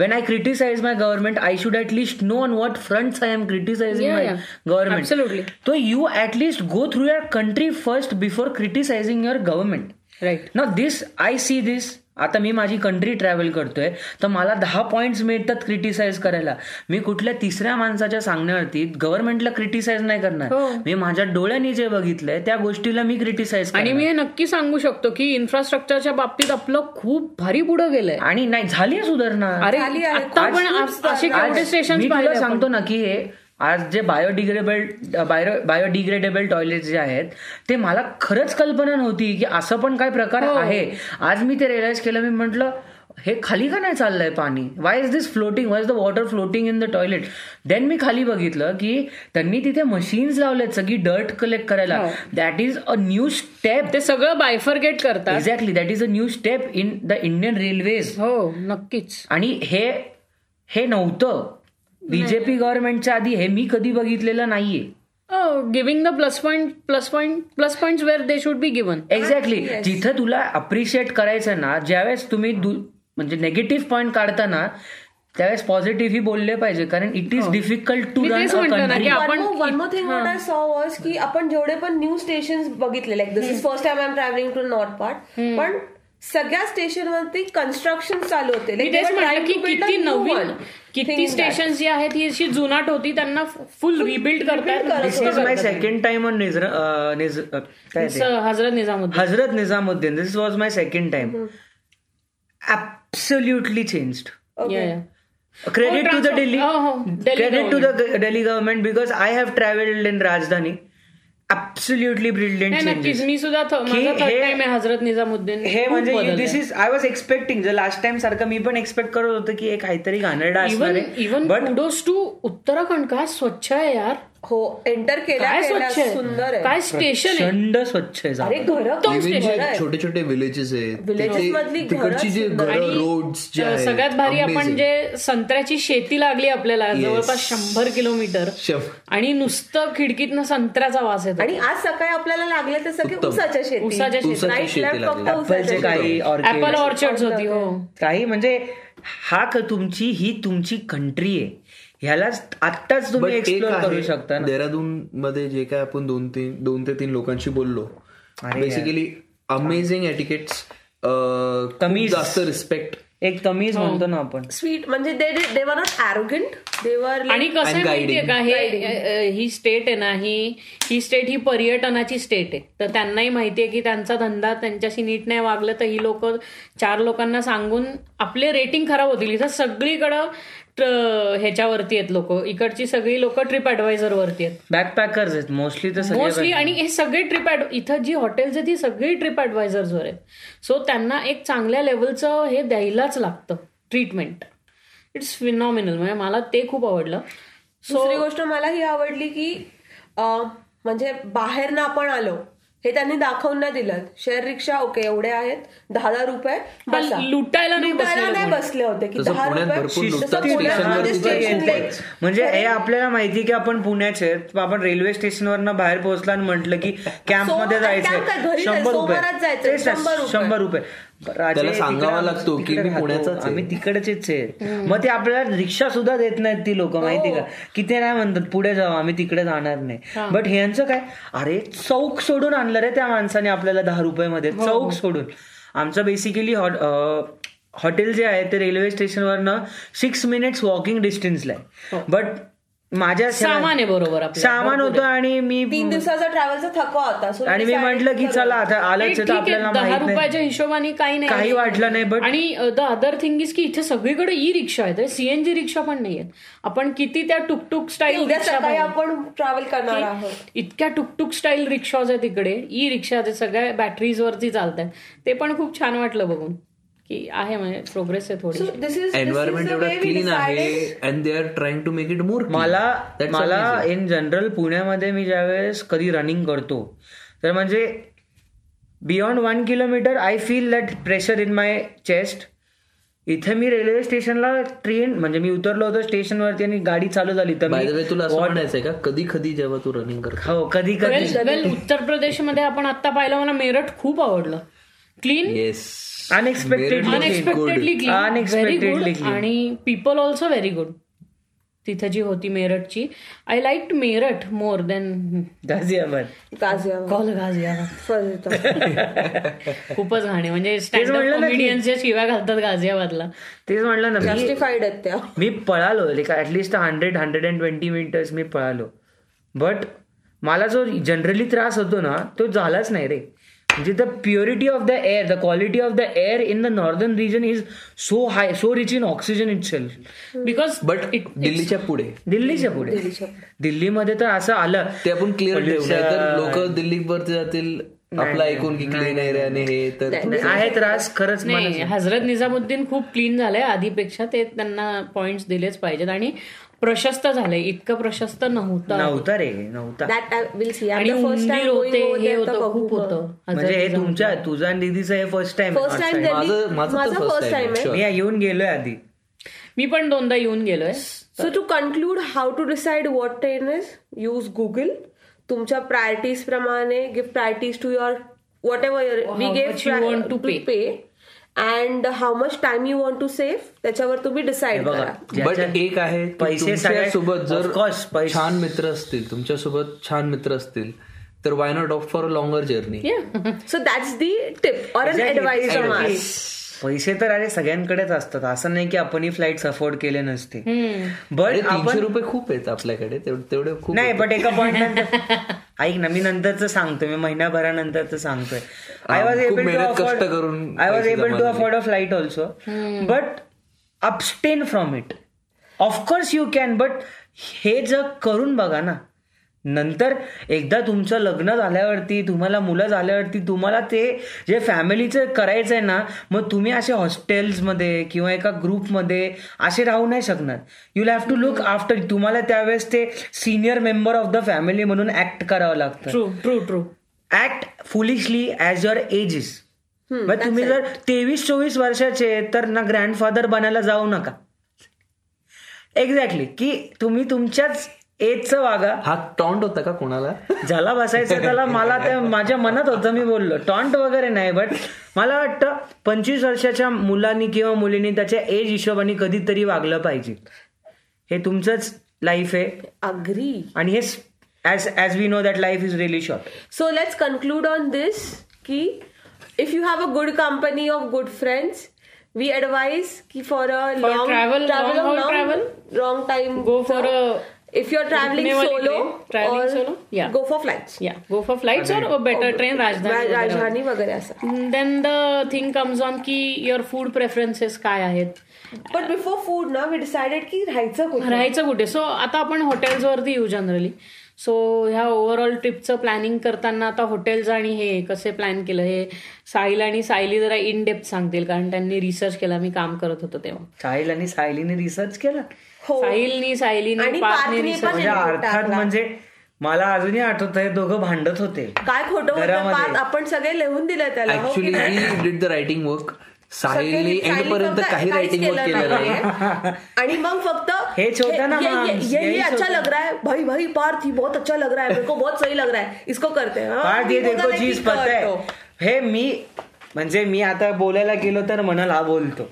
[SPEAKER 6] When I criticize my government, I should at least know on what fronts I am criticizing
[SPEAKER 3] Yeah,
[SPEAKER 6] my
[SPEAKER 3] yeah.
[SPEAKER 6] government.
[SPEAKER 3] Absolutely.
[SPEAKER 6] So you at least go through your country first before criticizing your government.
[SPEAKER 3] Right
[SPEAKER 6] ना this I see this आता मी माझी country travel करतोय तर मला दहा points मिळतात criticise करायला मी कुठल्या तिसऱ्या माणसाच्या सांगण्यावरती गव्हर्नमेंटला क्रिटिसाइज नाही करणार
[SPEAKER 3] हो.
[SPEAKER 6] मी माझ्या डोळ्यांनी जे बघितलंय त्या गोष्टीला मी क्रिटिसाइज
[SPEAKER 3] आणि मी हे नक्की सांगू शकतो की इन्फ्रास्ट्रक्चरच्या बाबतीत आपलं खूप भारी पुढे गेलंय
[SPEAKER 6] आणि नाही झाली आहे सुधारणा
[SPEAKER 3] अरे
[SPEAKER 5] झाली आहे.
[SPEAKER 3] आता
[SPEAKER 5] आज
[SPEAKER 3] पण
[SPEAKER 5] खूप
[SPEAKER 3] आप- असे
[SPEAKER 6] आज
[SPEAKER 3] केवढे स्टेशन
[SPEAKER 6] मी तुला सांगतो ना की हे आज जे बायोडिग्रेडेबल बायो बायोडिग्रेडेबल टॉयलेट जे आहेत ते मला खरंच कल्पना नव्हती की असं पण काय प्रकार
[SPEAKER 3] हो.
[SPEAKER 6] आहे आज मी ते रिअलाइज केलं मी म्हटलं हे खाली का नाही चाललंय पाणी why is this floating why is the water floating in the toilet then मी खाली बघितलं की त्यांनी तिथे मशीन्स लावल्यात सगळी डर्ट कलेक्ट करायला
[SPEAKER 3] हो.
[SPEAKER 6] That is a new step
[SPEAKER 3] ते सगळं बायफरगेट करतात
[SPEAKER 6] exactly that is a new step in the Indian railways
[SPEAKER 3] हो नक्कीच
[SPEAKER 6] आणि हे हे नव्हतं बीजेपी गव्हर्नमेंटच्या आधी हे मी कधी बघितलेलं नाहीये
[SPEAKER 3] giving the plus point plus point plus point where they should be given
[SPEAKER 6] exactly जिथं तुला अप्रिशिएट करायचं ना ज्यावेळेस तुम्ही दु- म्हणजे नेगेटिव्ह पॉईंट काढताना त्यावेळेस पॉझिटिव्ह ही बोलले पाहिजे कारण इट इज डिफिकल्ट टू
[SPEAKER 3] हो. मी तेच म्हटलं ना की
[SPEAKER 6] रन
[SPEAKER 3] आपण
[SPEAKER 5] one more thing what I saw was की आपण जेवढे पण न्यू स्टेशन बघितले like this is first time I am travelling to north part पण सगळ्या स्टेशनवरती कन्स्ट्रक्शन चालू होते Like,
[SPEAKER 3] मी
[SPEAKER 5] they
[SPEAKER 3] तेच
[SPEAKER 5] were
[SPEAKER 3] म्हटलं
[SPEAKER 5] trying
[SPEAKER 3] की
[SPEAKER 5] to build a
[SPEAKER 3] किती
[SPEAKER 5] new
[SPEAKER 3] नवीन
[SPEAKER 5] one. Thing
[SPEAKER 3] किती
[SPEAKER 5] in that.
[SPEAKER 3] स्टेशन जी आहेत ही अशी जुनाट होती त्यांना फुल रिबिल्ड
[SPEAKER 5] करत
[SPEAKER 2] इज माय
[SPEAKER 3] करतात
[SPEAKER 2] सेकंड टाइम ऑन निज
[SPEAKER 6] uh,
[SPEAKER 2] काय ते?
[SPEAKER 3] Hazrat Nizamuddin
[SPEAKER 2] Hazrat Nizamuddin this was my second time absolutely changed
[SPEAKER 3] Yeah, yeah.
[SPEAKER 2] Credit to the
[SPEAKER 3] transfer-
[SPEAKER 2] Delhi
[SPEAKER 3] oh, oh, Delhi
[SPEAKER 2] credit to the Delhi government because I have travelled in Rajdhani absolutely brilliant
[SPEAKER 3] नाही नक्कीच
[SPEAKER 2] changes
[SPEAKER 3] मी सुद्धा थ-
[SPEAKER 2] की
[SPEAKER 3] माझा थर्ड
[SPEAKER 2] हे-
[SPEAKER 3] टाइम आहे हजरत निजामुद्दीन
[SPEAKER 2] हे
[SPEAKER 3] खूप
[SPEAKER 2] म्हणजे
[SPEAKER 3] बदललंय.
[SPEAKER 2] This is I was expecting जर लास्ट टाइम सारखं मी पण एक्सपेक्ट करत होतो की एक काहीतरी घाणेरडा असणार
[SPEAKER 3] इवन
[SPEAKER 2] आहे
[SPEAKER 3] even
[SPEAKER 2] But-
[SPEAKER 3] kudos to Uttarakhand काय स्वच्छ आहे यार
[SPEAKER 5] हो एंटर
[SPEAKER 3] काय
[SPEAKER 5] केला
[SPEAKER 3] स्वच्छ
[SPEAKER 5] सुंदर
[SPEAKER 3] आहे
[SPEAKER 5] आहे
[SPEAKER 3] काय स्टेशन आहे
[SPEAKER 6] थंड स्वच्छ आहे जागा.
[SPEAKER 5] अरे घर पण
[SPEAKER 4] Even जे
[SPEAKER 5] घर आहे
[SPEAKER 4] छोटे छोटे विलेजेस आहेत
[SPEAKER 5] Villages
[SPEAKER 4] तिथे-
[SPEAKER 5] मधली घरं
[SPEAKER 4] तिकडची जे
[SPEAKER 5] सुंदर.
[SPEAKER 4] घरं रोड्स जे
[SPEAKER 3] अं,
[SPEAKER 4] आहेत
[SPEAKER 3] सगळ्यात भारी आपण
[SPEAKER 4] amazing.
[SPEAKER 3] जे संत्र्याची शेती लागली आपल्याला जवळपास शंभर किलोमीटर
[SPEAKER 4] शंभ-
[SPEAKER 3] आणि नुसतं खिडकीतनं संत्र्याचा वास येतो
[SPEAKER 5] आणि आज सकाळी आपल्याला लागले ते सगळे
[SPEAKER 4] उत्तम.
[SPEAKER 5] उसाच्या शेती
[SPEAKER 3] उसाच्या शेती
[SPEAKER 4] उसाची
[SPEAKER 5] Right,
[SPEAKER 4] शेती
[SPEAKER 5] left,
[SPEAKER 4] लागली
[SPEAKER 5] फक्त उसाच्या
[SPEAKER 2] जे काही orchids,
[SPEAKER 3] ऍपल ऑर्चर्ड होती हो
[SPEAKER 2] काही म्हणजे हा क- तुमची ही तुमची कंट्री आहे ह्यालाच आत्ताच
[SPEAKER 4] But
[SPEAKER 2] तुम्ही
[SPEAKER 4] एक
[SPEAKER 2] एक्सप्लोर
[SPEAKER 4] आहे,
[SPEAKER 2] करू शकता ना
[SPEAKER 4] देहरादून मध्ये जे काय आपण दोन तीन दोन ते तीन लोकांशी बोललो बेसिकली अमेझिंग एटिकेट्स
[SPEAKER 2] तमीज.
[SPEAKER 4] जास्त रिस्पेक्ट
[SPEAKER 2] एक
[SPEAKER 3] हो.
[SPEAKER 2] तमीज म्हणतो ना आपण
[SPEAKER 5] स्वीट म्हणजे they they were not arrogant they were
[SPEAKER 3] आणि कसं आहे माहितीये का हे अ, अ, ही स्टेट आहे ना ही ही स्टेट ही पर्यटनाची स्टेट आहे तर त्यांनाही माहितीये की त्यांचा धंदा त्यांच्याशी नीट नाही वागलं तर ही लोक चार लोकांना सांगून आपले रेटिंग खराब होतील इथं सगळीकडं ट्र- ह्याच्यावरती आहेत लोक इकडची सगळी लोक ट्रिप ऍडवायझर वरती आहेत
[SPEAKER 2] बॅकपॅकर्स आहेत मोस्टली तर सगळे
[SPEAKER 3] मोस्टली आणि हे सगळे ट्रिप इथं जी हॉटेल्स आहेत ती सगळी ट्रिप वर आहेत सो त्यांना एक चांगल्या लेवलचं हे द्यायलाच लागतं ट्रीटमेंट इट्स फिनॉमिनल म्हणजे मला ते खूप आवडलं
[SPEAKER 5] दुसरी गोष्ट मला ही आवडली की अं, म्हणजे बाहेर ना आपण आलो हे त्यांनी दाखवून नाही दिलं शेअर रिक्षा ओके एवढे आहेत दहा दहा रुपये
[SPEAKER 3] पण
[SPEAKER 5] बसा.
[SPEAKER 3] लुटायला नाही
[SPEAKER 5] लुटायला
[SPEAKER 3] बसलेले
[SPEAKER 5] नाही
[SPEAKER 3] कोणी.
[SPEAKER 5] बसले होते की
[SPEAKER 4] तसं
[SPEAKER 5] दहा
[SPEAKER 4] पुण्यात भरपूर
[SPEAKER 5] रुपये
[SPEAKER 4] लुटतात.
[SPEAKER 5] तसं पुण्यात
[SPEAKER 4] स्टेशनवर
[SPEAKER 5] आणि
[SPEAKER 4] सुद्धा
[SPEAKER 5] स्टेशनला
[SPEAKER 4] येतात.
[SPEAKER 5] एक-
[SPEAKER 2] म्हणजे हे आपल्याला माहिती की आपण पुण्याचे आहेत, मग आपण रेल्वे स्टेशनवरनं बाहेर पोहोचला आणि म्हटलं की कॅम्प मध्ये
[SPEAKER 5] सोमवार-
[SPEAKER 2] जायचंय
[SPEAKER 5] camp काय घरी जायचं,
[SPEAKER 2] शंभर
[SPEAKER 5] सोमवारात जायचंय,
[SPEAKER 2] रुपये तेच ना,
[SPEAKER 5] शंभर रुपये.
[SPEAKER 2] शंभर रुपये राजे,
[SPEAKER 4] त्याला
[SPEAKER 2] तिकडे
[SPEAKER 4] सांगावा
[SPEAKER 2] आम्ही-
[SPEAKER 4] लागतो की
[SPEAKER 2] तिकडे
[SPEAKER 4] मी
[SPEAKER 2] राहतो,
[SPEAKER 4] पुण्याचाच आहे.
[SPEAKER 2] आम्ही तिकडचेच आहे मग ते आपल्याला रिक्षा सुद्धा देत नाहीत ती लोक माहिती का
[SPEAKER 3] हो.
[SPEAKER 2] की ते नाही म्हणतात पुढे जाऊ आम्ही तिकडे जाणार नाही बट ह्यांचं काय अरे चौक सोडून आणलं रे त्या माणसाने आपल्याला दहा रुपयामध्ये
[SPEAKER 3] हो.
[SPEAKER 2] चौक सोडून आमचं बेसिकली हॉटेल जे आहे ते रेल्वे स्टेशनवरनं सिक्स मिनिट्स वॉकिंग डिस्टन्सला आहे बट माझ्या
[SPEAKER 3] हो. सामान आहे बरोबर आपलं.
[SPEAKER 2] सामान होतं आणि मी
[SPEAKER 5] तीन दिवसाचा ट्रॅव्हलचा थकवा होता सो
[SPEAKER 2] आणि मी म्हंटल की चला आता
[SPEAKER 3] नाही,
[SPEAKER 2] आलंच आहे
[SPEAKER 3] ठीक
[SPEAKER 2] तर
[SPEAKER 3] आहे,
[SPEAKER 2] आपल्याला
[SPEAKER 3] दहा
[SPEAKER 2] माहित नाही
[SPEAKER 3] रुपयाच्या हिशोबाने काही नाही
[SPEAKER 2] काही वाटलं नाही बट
[SPEAKER 3] आणि द अदर थिंग इज की इथे सगळीकडे ई रिक्षा आहेत सीएनजी रिक्षा पण नाही आहेत आपण किती त्या टुकटुक स्टाईल
[SPEAKER 5] उद्या
[SPEAKER 3] रिक्षा
[SPEAKER 5] सकाळी
[SPEAKER 3] पाहिल्या.
[SPEAKER 5] आपण ट्रॅव्हल करणार आहोत
[SPEAKER 3] इतक्या टुकटुक स्टाईल रिक्षाज आहेत तिकडे ई रिक्षा आहेत सगळ्या बॅटरीज वरती चालतात ते पण खूप छान वाटलं बघून की आहे म्हणजे प्रोग्रेस आहे थोडी
[SPEAKER 5] सो दिस इज
[SPEAKER 4] एन्व्हायरमेंट एवढा क्लीन आहे and they are trying to make it more
[SPEAKER 2] मला मला इन जनरल पुण्यामध्ये मी ज्यावेळेस कधी रनिंग करतो तर म्हणजे beyond one kilometre I feel that pressure in my chest इथे मी रेल्वे स्टेशनला ट्रेन म्हणजे मी उतरलो होतो स्टेशनवरती आणि गाडी चालू झाली तर
[SPEAKER 4] बाय
[SPEAKER 2] मी-
[SPEAKER 4] तुला असं म्हणायचंय का कधी कधी जेव्हा तू रनिंग करतो
[SPEAKER 2] हो कधी कधी
[SPEAKER 3] वेल उत्तर प्रदेशमध्ये आपण आता पाहिलं मला मेरठ खूप आवडलं clean
[SPEAKER 4] yes
[SPEAKER 7] Unexpectedly.
[SPEAKER 3] Unexpectedly clean very
[SPEAKER 7] Unexpectedly
[SPEAKER 3] good आणि पीपल ऑल्सो व्हेरी गुड तिथं जी होती मेरठची I like Meerut more than
[SPEAKER 2] Ghaziabad
[SPEAKER 5] Ghaziabad
[SPEAKER 3] call Ghaziabad
[SPEAKER 5] [laughs] फजिता.
[SPEAKER 3] खूपच घाणे म्हणजे स्टँडअप कॉमेडियन्स शिव्या घालतात गाझियाबादला
[SPEAKER 2] तेच म्हणलं ना मी-
[SPEAKER 5] Justified आहेत त्या
[SPEAKER 2] मी पळालो at least hundred hundred and twenty minutes मी पळालो बट मला जो जनरली त्रास होतो ना तो झालाच नाही रे म्हणजे the purity of the air the quality of the air in the northern region is so high so rich in oxygen itself
[SPEAKER 5] Hmm.
[SPEAKER 3] Because
[SPEAKER 4] but दिल्लीच्या पुढे
[SPEAKER 2] दिल्लीच्या पुढे दिल्लीमध्ये तर असं आलं
[SPEAKER 4] ते आपण क्लिअर ठेवू तर लोक दिल्लीवरती जातील आपलं ऐकून की क्लीन एअर आणि हे तर
[SPEAKER 2] आहे त्रास खरंच मला-
[SPEAKER 3] नाही हजरत निजामुद्दीन खूप क्लीन झालंय आधीपेक्षा ते त्यांना पॉइंट्स दिलेच पाहिजेत आणि प्रशस्त झालंय इतकं प्रशस्त नव्हतं
[SPEAKER 2] नव्हता रे नव्हता
[SPEAKER 5] That I will see. I'm
[SPEAKER 3] आणि
[SPEAKER 5] the first time
[SPEAKER 3] उंदीर
[SPEAKER 5] going
[SPEAKER 3] होते
[SPEAKER 5] over
[SPEAKER 3] हे
[SPEAKER 5] there, तर
[SPEAKER 3] होतं
[SPEAKER 5] बघू
[SPEAKER 3] खूप होतं
[SPEAKER 2] म्हणजे हे तुमच्या तुझा आणि दिदीचं हे फर्स्ट टाइम
[SPEAKER 5] फर्स्ट टाइम
[SPEAKER 4] माझं माझं तर
[SPEAKER 5] माझा
[SPEAKER 4] फर्स्ट
[SPEAKER 5] फर्स्ट
[SPEAKER 4] टाइम
[SPEAKER 5] टाइम आहे
[SPEAKER 2] मी येऊन गेलोय आधी
[SPEAKER 3] मी पण दोनदा येऊन गेलोय
[SPEAKER 5] so to conclude how to decide what train is use Google तुमच्या प्रायोरिटीज प्रमाणे give priorities to your whatever your we
[SPEAKER 3] How
[SPEAKER 5] gave
[SPEAKER 3] much you want to pay.
[SPEAKER 5] Pay and how much time you want to save त्याच्यावर तुम्ही decide करा
[SPEAKER 4] but
[SPEAKER 2] ज्याच्या-
[SPEAKER 4] एक आहे
[SPEAKER 2] पैसे
[SPEAKER 4] पैसे
[SPEAKER 2] सगळ्या-
[SPEAKER 4] सोबत जर
[SPEAKER 2] Of course, पैसे-
[SPEAKER 4] छान मित्र असतील तुमच्यासोबत छान मित्र असतील तर why not off for a longer journey
[SPEAKER 5] so that's the tip or an advice from
[SPEAKER 2] पैसे तर अरे सगळ्यांकडेच असतात असं नाही की आपण ही फ्लाईट अफोर्ड केले नसते बट
[SPEAKER 4] तीनशे रुपये खूप आहेत आपल्याकडे तेवढे- तेवढे खूप
[SPEAKER 2] नाही बट एका पॉईंट नंतर ऐक ना मी नंतरच सांगतो मी महिनाभरानंतरच सांगतोय आय वॉज
[SPEAKER 4] खूप
[SPEAKER 2] एबल टू
[SPEAKER 4] मेहनत
[SPEAKER 2] अफोर्ड
[SPEAKER 4] कष्ट करून
[SPEAKER 2] आय वॉज
[SPEAKER 4] पैसे
[SPEAKER 2] एबल
[SPEAKER 4] जमा
[SPEAKER 2] टू
[SPEAKER 4] झाले.
[SPEAKER 2] Afford a flight also but abstain from it of course you can but हे जग करून बघा ना नंतर एकदा तुमचं लग्न झाल्यावरती तुम्हाला मुलं झाल्यावरती तुम्हाला ते जे फॅमिलीचं करायचं आहे ना मग तुम्ही असे हॉस्टेल्समध्ये किंवा एका ग्रुपमध्ये असे राहू नाही शकणार you have to look after तुम्हाला त्यावेळेस ते senior member of the family म्हणून ऍक्ट करावं लागतं
[SPEAKER 3] true true true
[SPEAKER 2] act foolishly as your ages मग तुम्ही जर तेवीस चोवीस वर्षाचे तर ना ग्रँडफादर बनायला जाऊ नका एक्झॅक्टली की तुम्ही तुमच्याच एजचं वागा
[SPEAKER 4] हा टॉन्ट होता का कोणाला
[SPEAKER 2] ज्याला बसायचं त्याला मला त्या माझ्या मनात होतं मी बोललो टॉन्ट वगैरे नाही बट मला वाटतं पंचवीस वर्षाच्या मुलांनी किंवा मुलींनी त्याच्या एज हिशोबाने कधीतरी वागलं पाहिजे हे तुमचंच लाईफ आहे
[SPEAKER 5] अग्री
[SPEAKER 2] आणि हे as as we know that life is really short
[SPEAKER 5] so let's conclude on this की if you have a good company of good friends we advice की for a long
[SPEAKER 3] travel, long haul travel.
[SPEAKER 5] Long time
[SPEAKER 3] go for
[SPEAKER 5] if you are travelling
[SPEAKER 3] वाली
[SPEAKER 5] solo
[SPEAKER 3] train, traveling solo, yeah.
[SPEAKER 5] Go for flights
[SPEAKER 3] या go for flights और better train Rajdhani वगैरे.
[SPEAKER 5] राजधानी वगैरे असं
[SPEAKER 3] then the thing comes on की your food preferences काय आहेत
[SPEAKER 5] but before food ना वी डिसाइडेड की राहायचं कुठे
[SPEAKER 3] राहायचं कुठे सो आता आपण हॉटेल्सवरती येऊ जनरली सो ह्या ओव्हरऑल ट्रिपचं प्लॅनिंग करताना आता हॉटेल्स आणि हे कसे प्लॅन केलं हे साहिल आणि सायली जरा इन डेप्थ सांगतील कारण त्यांनी रिसर्च केला मी काम करत होतो तेव्हा
[SPEAKER 2] साहिल आणि सायलीने रिसर्च केला
[SPEAKER 5] हो
[SPEAKER 3] साहिलनी सायलीनी
[SPEAKER 5] आणि
[SPEAKER 3] पार्थनी
[SPEAKER 5] पार्थने
[SPEAKER 3] research-
[SPEAKER 5] पण
[SPEAKER 2] म्हणजे
[SPEAKER 5] input
[SPEAKER 2] अर्थात
[SPEAKER 5] टाकला.
[SPEAKER 2] म्हणजे मला अजूनही आठवत आहे दोघं भांडत होते
[SPEAKER 5] काय खोटं होतं
[SPEAKER 2] घरामध्ये.
[SPEAKER 5] पार्थ? आपण सगळे लिहून दिलं त्याला हो की
[SPEAKER 4] ऍक्च्युली
[SPEAKER 5] नाही?
[SPEAKER 4] He did the writing work साहिलने
[SPEAKER 5] सगळ्यांनी
[SPEAKER 4] एंड पर्यंत
[SPEAKER 5] फक्त
[SPEAKER 4] काही
[SPEAKER 5] काहीच
[SPEAKER 4] रायटिंग वर्क
[SPEAKER 5] केलं
[SPEAKER 4] केलेलं नाही
[SPEAKER 5] नाहीये. आणि मग फक्त
[SPEAKER 2] हे छोटा ना
[SPEAKER 5] ये-
[SPEAKER 2] माणूस,
[SPEAKER 5] ये- ये-
[SPEAKER 2] यही
[SPEAKER 5] ये अच्छा
[SPEAKER 2] छोटा.
[SPEAKER 5] लग रहा है भाई भाई पार्थ ही बहुत अच्छा लग रहा है मेरे को बहुत सही लग रहा है इसको करते हैं हाँ,
[SPEAKER 2] पार्थ
[SPEAKER 5] मी
[SPEAKER 2] ये
[SPEAKER 5] बोलता
[SPEAKER 2] देखो
[SPEAKER 5] नाही
[SPEAKER 2] चीज
[SPEAKER 5] की
[SPEAKER 2] पता
[SPEAKER 5] करतो.
[SPEAKER 2] आहे हे मी म्हणजे मी आता बोलायला गेलो तर म्हणाल हा
[SPEAKER 5] [laughs]
[SPEAKER 2] बोलतो